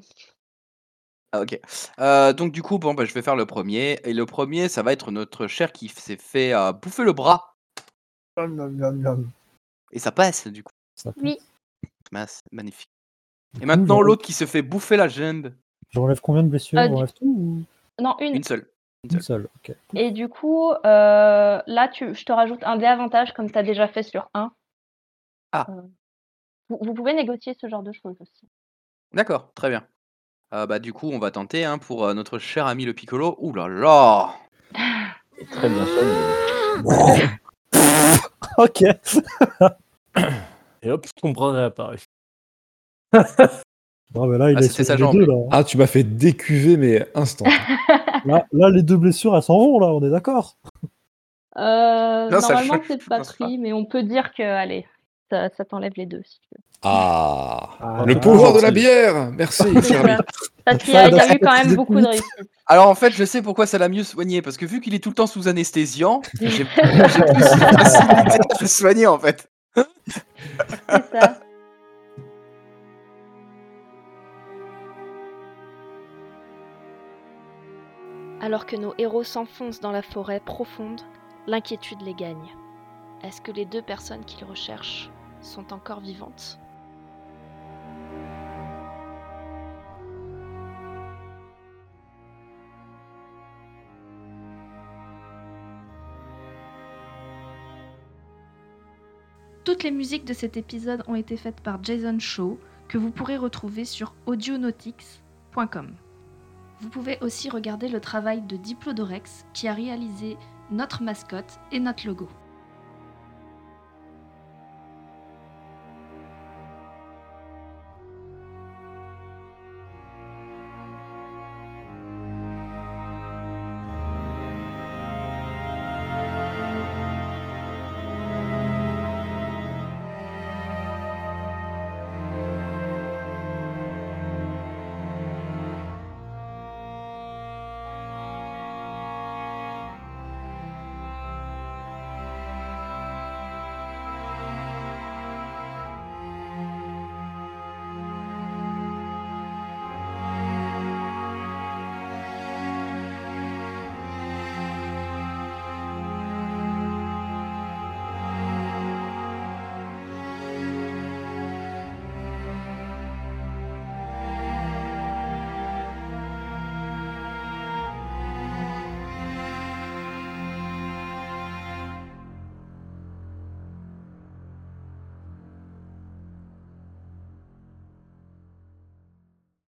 F: Ah, ok. Euh, donc, du coup, bon, bah, je vais faire le premier. Et le premier, ça va être notre cher qui f- s'est fait euh, bouffer le bras.
C: Nom, nom, nom, nom.
F: Et ça passe, du coup.
C: Ça passe.
B: Oui.
F: Mince, magnifique.
C: Du
F: Et
C: coup,
F: maintenant,
C: j'enlève-
F: l'autre qui se fait bouffer la jambe.
C: J'enlève combien de blessures
B: Ah, du-
C: J'enlève tout ou
B: Non, une.
F: Euh, Une seule.
C: une seule Ok.
B: Et du coup, euh, là, tu, je te rajoute un déavantage comme tu as déjà fait sur 1.
F: Ah.
B: vous, vous pouvez négocier ce genre de choses aussi.
F: D'accord, très bien. Euh, bah, du coup, on va tenter hein, pour euh, notre cher ami le Piccolo. Ouh là là
D: Très bien fait. mais-
C: Ok.
G: Et hop, ton bras réapparaît.
C: Non, mais là, il
F: Ah,
C: est
F: c'était
C: sur
F: sa
C: les
F: jambe,
C: deux, là. hein.
E: Ah, tu m'as fait décuver, mais instant.
C: là. là, les deux blessures, elles s'en vont, là, on est d'accord.
B: Euh,
F: Non, ça
B: normalement,
F: choque,
B: c'est
F: je
B: pas
F: pense
B: pris,
F: pas.
B: mais on peut dire que, allez, ça, ça t'enlève les deux. Si tu veux.
E: Ah,
C: Ah,
E: le
C: t'es
E: pouvoir
C: gentil.
E: de la bière Merci,
B: C'est
E: cher ami.
B: ça. Parce qu'il y
C: Ça,
B: a, il y a
C: dans
B: eu quand
C: cette
B: même beaucoup de
C: petite
B: réussite.
F: Alors, en fait, je sais pourquoi ça l'a mieux soigné. Parce que vu qu'il est tout le temps sous anesthésiant, j'ai j'ai plus de facilité à le soigner, en fait.
B: C'est ça.
A: Alors que nos héros s'enfoncent dans la forêt profonde, l'inquiétude les gagne. Est-ce que les deux personnes qu'ils recherchent sont encore vivantes
K: Toutes les musiques de cet épisode ont été faites par Jason Shaw, que vous pourrez retrouver sur audionautics.com. Vous pouvez aussi regarder le travail de Diplodorex, qui a réalisé notre mascotte et notre logo.